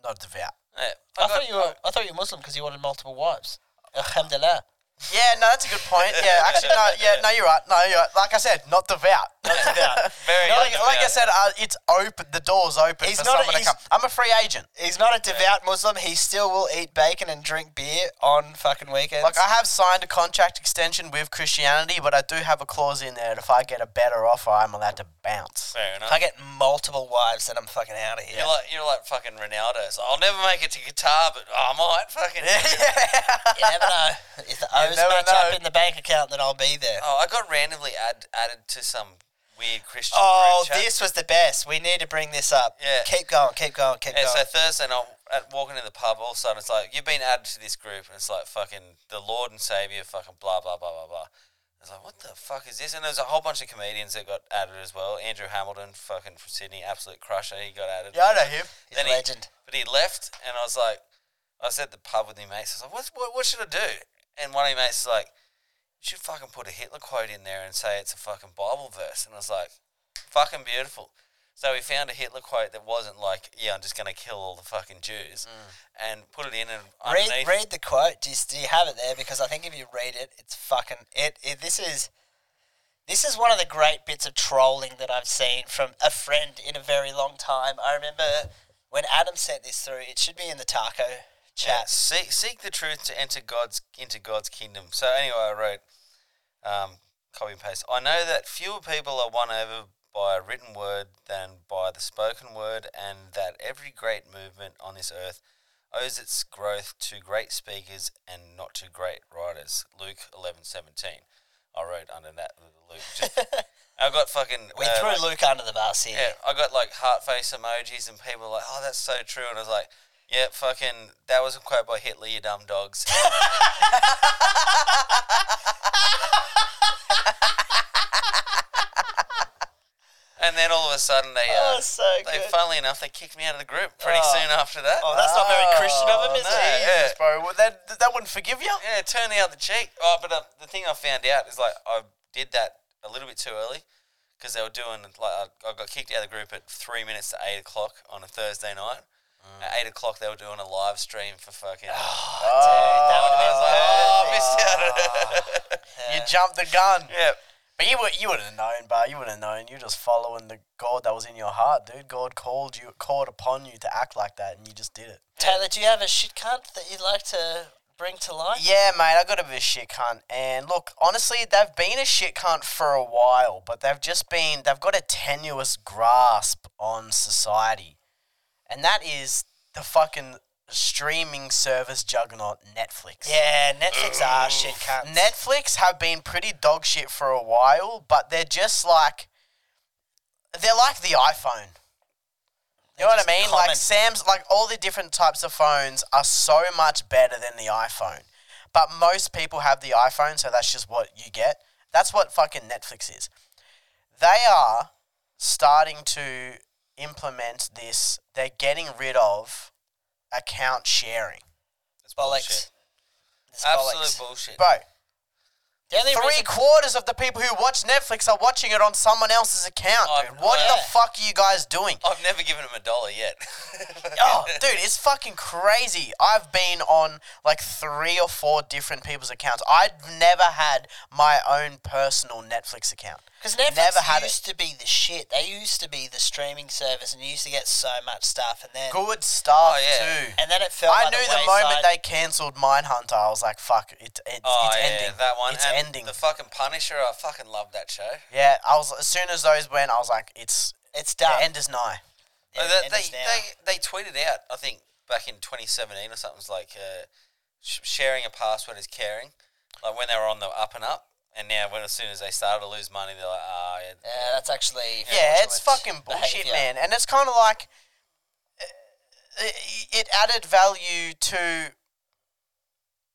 not devout.
Yeah.
I, thought you were I thought you were Muslim because you wanted multiple wives. Alhamdulillah.
Yeah, no, that's a good point. Yeah, actually, no, yeah, no, you're right. No, you're right. Like I said, not devout.
Very
No, like, like I
undeveloped.
said, uh, it's open. The door's open
He's
for
not a-
someone to
he's-
come. I'm a free agent.
He's not a devout Muslim. He still will eat bacon and drink beer on fucking weekends.
Like I have signed a contract extension with Christianity, but I do have a clause in there that if I get a better offer, I'm allowed to bounce.
Fair
If
enough.
I get multiple wives, then I'm fucking out of here.
You're like you're like fucking Ronaldo. It's like, I'll never make it to guitar, but I might fucking.
you never know. If the O's
never
match
know.
up in the bank account, then I'll be there.
Oh, I got randomly add, added to some weird Christian.
Oh,
group chat.
this was the best. We need to bring this up.
Yeah.
Keep going, keep going, keep
Yeah,
going.
so Thursday night, at- walking in the pub, all of a sudden it's like, you've been added to this group, and it's like fucking the Lord and Savior, fucking blah, blah, blah, blah, blah. It's like, what the fuck is this? And there's a whole bunch of comedians that got added as well. Andrew Hamilton, fucking from Sydney, absolute crusher, he got added.
Yeah, I know him.
He's a
he-
legend.
But he left, and I was like, I was at the pub with my mates. I was like, what, what, what should I do? And one of my mates is like, you should fucking put a Hitler quote in there and say it's a fucking Bible verse. And I was like, Fucking beautiful. So we found a Hitler quote that wasn't like, "Yeah, I'm just going to kill all the fucking Jews,"
Mm.
and put it in and
Read,
underneath.
read the quote. Do you, do you have it there? Because I think if you read it, it's fucking it, it. This is this is one of the great bits of trolling that I've seen from a friend in a very long time. I remember when Adam sent this through. It should be in the taco
Yeah,
chat.
seek, seek the truth to enter God's into God's kingdom. So anyway, I wrote, um, copy and paste. I know that fewer people are won over by a written word than by the spoken word, and that every great movement on this earth owes its growth to great speakers and not to great writers. Luke eleven seventeen. I wrote under that Luke. Just, I got fucking.
We
uh,
threw
like-
Luke under the bus here.
yeah, I got like heart face emojis and people were like, oh, that's so true. And I was like, yeah, fucking, that was a quote by Hitler, you dumb dogs. and then all of a sudden they,
Oh,
uh,
so
they,
good.
funnily enough, they kicked me out of the group pretty
Oh.
soon after that. Oh,
Oh, that's not very Christian of him, is
no,
it?
yeah.
Jesus, bro. Well, that, that wouldn't forgive you?
Yeah, turn the other cheek. Oh, but uh, the thing I found out is like I did that a little bit too early because they were doing like I, I got kicked out of the group at three minutes to eight o'clock on a Thursday night. At eight o'clock, they were doing a live stream for fucking. Oh,
that would
I
have been
was like, oh, I
perfect.
missed out.
Ah, You jumped the gun.
yeah,
But you would you would have known, bro. You would have known. You're just following the God that was in your heart, dude. God called you, called upon you to act like that, and you just did it.
Taylor, do you have a shit cunt that you'd like to bring to light?
Yeah, mate, I got a bit of shit cunt. And look, honestly, they've been a shit cunt for a while, but they've just been, they've got a tenuous grasp on society. And that is the fucking streaming service juggernaut Netflix.
Yeah, Netflix are shit cunts.
Netflix have been pretty dog shit for a while, but they're just like, they're like the iPhone. You know what I
just
mean?
common.
Like Sam's, like all the different types of phones are so much better than the iPhone. But most people have the iPhone, so that's just what you get. That's what fucking Netflix is. They are starting to implement this. They're getting rid of account sharing.
it's
bollocks. It's
Absolute
bollocks.
bullshit.
Bro,
The only
three
reason-
quarters of the people who watch Netflix are watching it on someone else's account,
Oh,
dude. What the
yeah. Oh,
fuck are you guys doing?
I've never given him a dollar yet.
oh, dude, it's fucking crazy. I've been on like three or four different people's accounts. I've never had my own personal Netflix account.
Because Netflix
Never had
used to be the shit. They used to be the streaming service, and you used to get so much stuff, and then
Good stuff,
Oh, yeah.
too.
and then it fell.
I
by
knew
the,
the, moment
wayside.
they cancelled Mindhunter, I was like, fuck, it, it,
Oh,
it's
yeah,
ending.
that one.
It's
and
ending.
The fucking Punisher. I fucking love that show.
yeah, I was as soon as those went, I was like, it's
it's
the
done.
end is nigh.
Uh,
It-
that-
it
they,
is now.
they, they tweeted out, I think, back in 2017 or something, it's like uh, sh- sharing a password is caring. Like when they were on the up and up, and now when as soon as they started to lose money, they're like, oh, yeah.
yeah, that's actually
Yeah, it's fucking
fraudulent
bullshit,
behaviour.
man. And it's kind of like uh, it, it added value to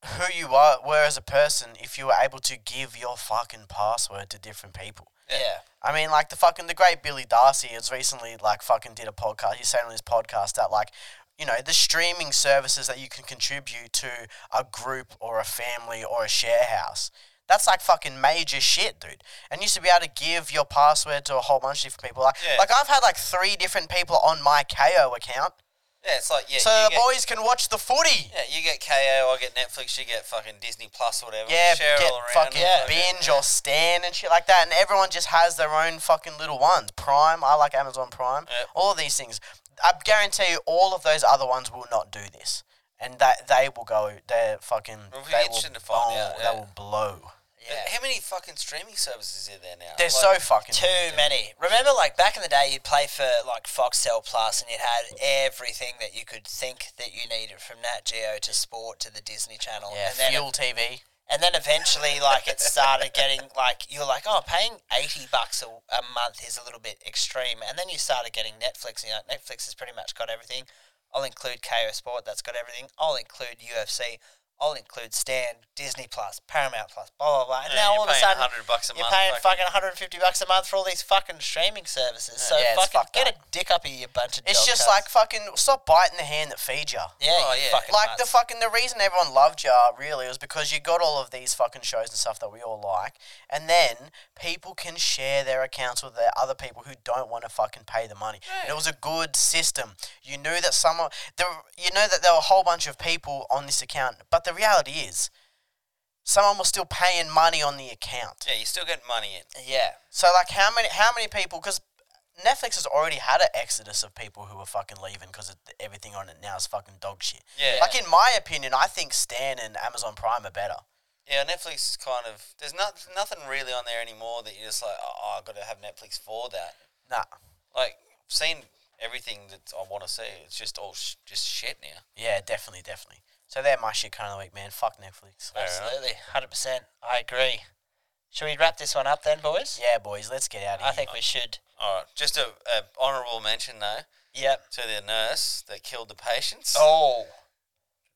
who you are, were as a person if you were able to give your fucking password to different people.
Yeah,
I mean, like the fucking the great Billy Darcy has recently like fucking did a podcast. He's saying on his podcast that like, you know, the streaming services that you can contribute to a group or a family or a share house. That's like fucking major shit, dude. And you should be able to give your password to a whole bunch of different people. Like,
Yeah.
like I've had like three different people on my KO account,
Yeah, it's like, yeah.
so
you
the
get,
boys can watch the footy.
Yeah, you get KO, I get Netflix, you get fucking Disney Plus or whatever.
Yeah,
share it
get
all around.
fucking
and
binge or Stan and shit like that, and everyone just has their own fucking little ones. Prime, I like Amazon Prime.
Yep.
All of these things, I guarantee you, all of those other ones will not do this, and that they will go. They're fucking.
It'll be
they
interesting
will
to find
blow,
out, yeah.
They will blow.
yeah. How many fucking streaming services are there now?
They're
Like,
so fucking.
too many. Remember, like back in the day, you'd play for like Foxtel Plus, and you'd had everything that you could think that you needed, from Nat Geo to sport to the Disney Channel.
Yeah,
and then
fuel TV.
And then eventually, like, it started getting, like, you're like, oh, paying 80 bucks a, a month is a little bit extreme. And then you started getting Netflix, and you're like, Netflix has pretty much got everything. I'll include KO Sport, that's got everything. I'll include UFC.
I'll include Stan, Disney Plus, Paramount Plus, blah blah blah. And now
Yeah, you're
all of a
paying
sudden,
100 bucks a
you're
month,
paying
fucking-
fucking 150 bucks a month for all these fucking streaming services. So
yeah, it's
fucking
fucked
get
up.
a dick up here, you bunch of. dog
It's just
cunts.
like fucking stop biting the hand that feeds you.
yeah,
Oh,
you
yeah.
fucking
Like the
cunts.
fucking the reason everyone loved you really was because you got all of these fucking shows and stuff that we all like, and then people can share their accounts with the other people who don't want to fucking pay the money. And it was a good system. You knew that someone there, you know that there were a whole bunch of people on this account, but the reality is, someone was still paying money on the account.
Yeah, you still get money in.
yeah.
So like, how many how many people? Because Netflix has already had an exodus of people who are fucking leaving because everything on it now is fucking dog shit.
Yeah.
Like in my opinion, I think Stan and Amazon Prime are better.
Yeah, Netflix is kind of there's not nothing really on there anymore that you're just like, oh, I've got to have Netflix for that.
Nah.
Like, I've seen everything that I want to see. It's just all sh- just shit now.
Yeah, definitely, definitely. So they're my shit kind of the week, man. Fuck Netflix.
Absolutely, hundred percent. I agree. Should we wrap this one up then, boys?
Yeah, boys, let's get out of
I
here.
think we should.
All right, just a, a honourable mention though
Yep.
to the nurse that killed the patients.
Oh,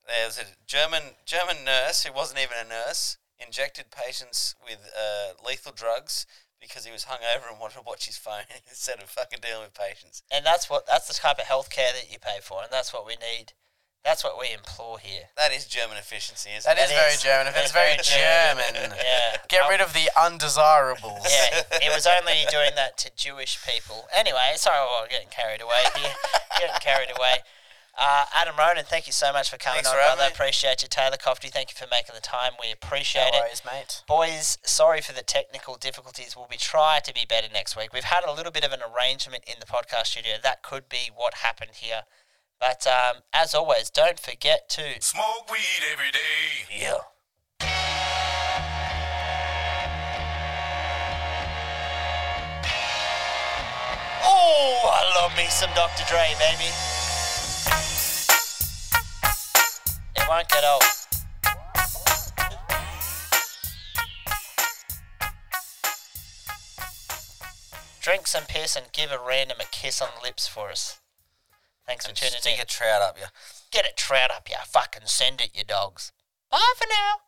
There's a German German nurse who wasn't even a nurse injected patients with uh, lethal drugs because he was hungover and wanted to watch his phone instead of fucking dealing with patients.
and that's what—that's the type of healthcare that you pay for, and that's what we need. That's what we implore here.
That is German efficiency, isn't
that
it?
is very German. It's very German.
Yeah.
Get rid of the undesirables.
Yeah, it was only doing that to Jewish people. Anyway, sorry, we're getting carried away here. getting carried away. Uh, Adam Ronan, thank you so much for coming
Thanks
on,
for having
brother.
me.
Appreciate you. Taylor Cofty, thank you for making the time. We appreciate
No
it.
worries, mate.
Boys, sorry for the technical difficulties. We'll be try to be better next week. We've had a little bit of an arrangement in the podcast studio. That could be what happened here. But um, as always, don't forget to
Smoke weed every day.
Oh, I love me some Dr. Dre, baby. It won't get old. Drink some piss and give a random a kiss on the lips for us. Thanks for tuning
Stick
in.
a trout up you.
Get it trout up, you fucking send it, you dogs. Bye for now.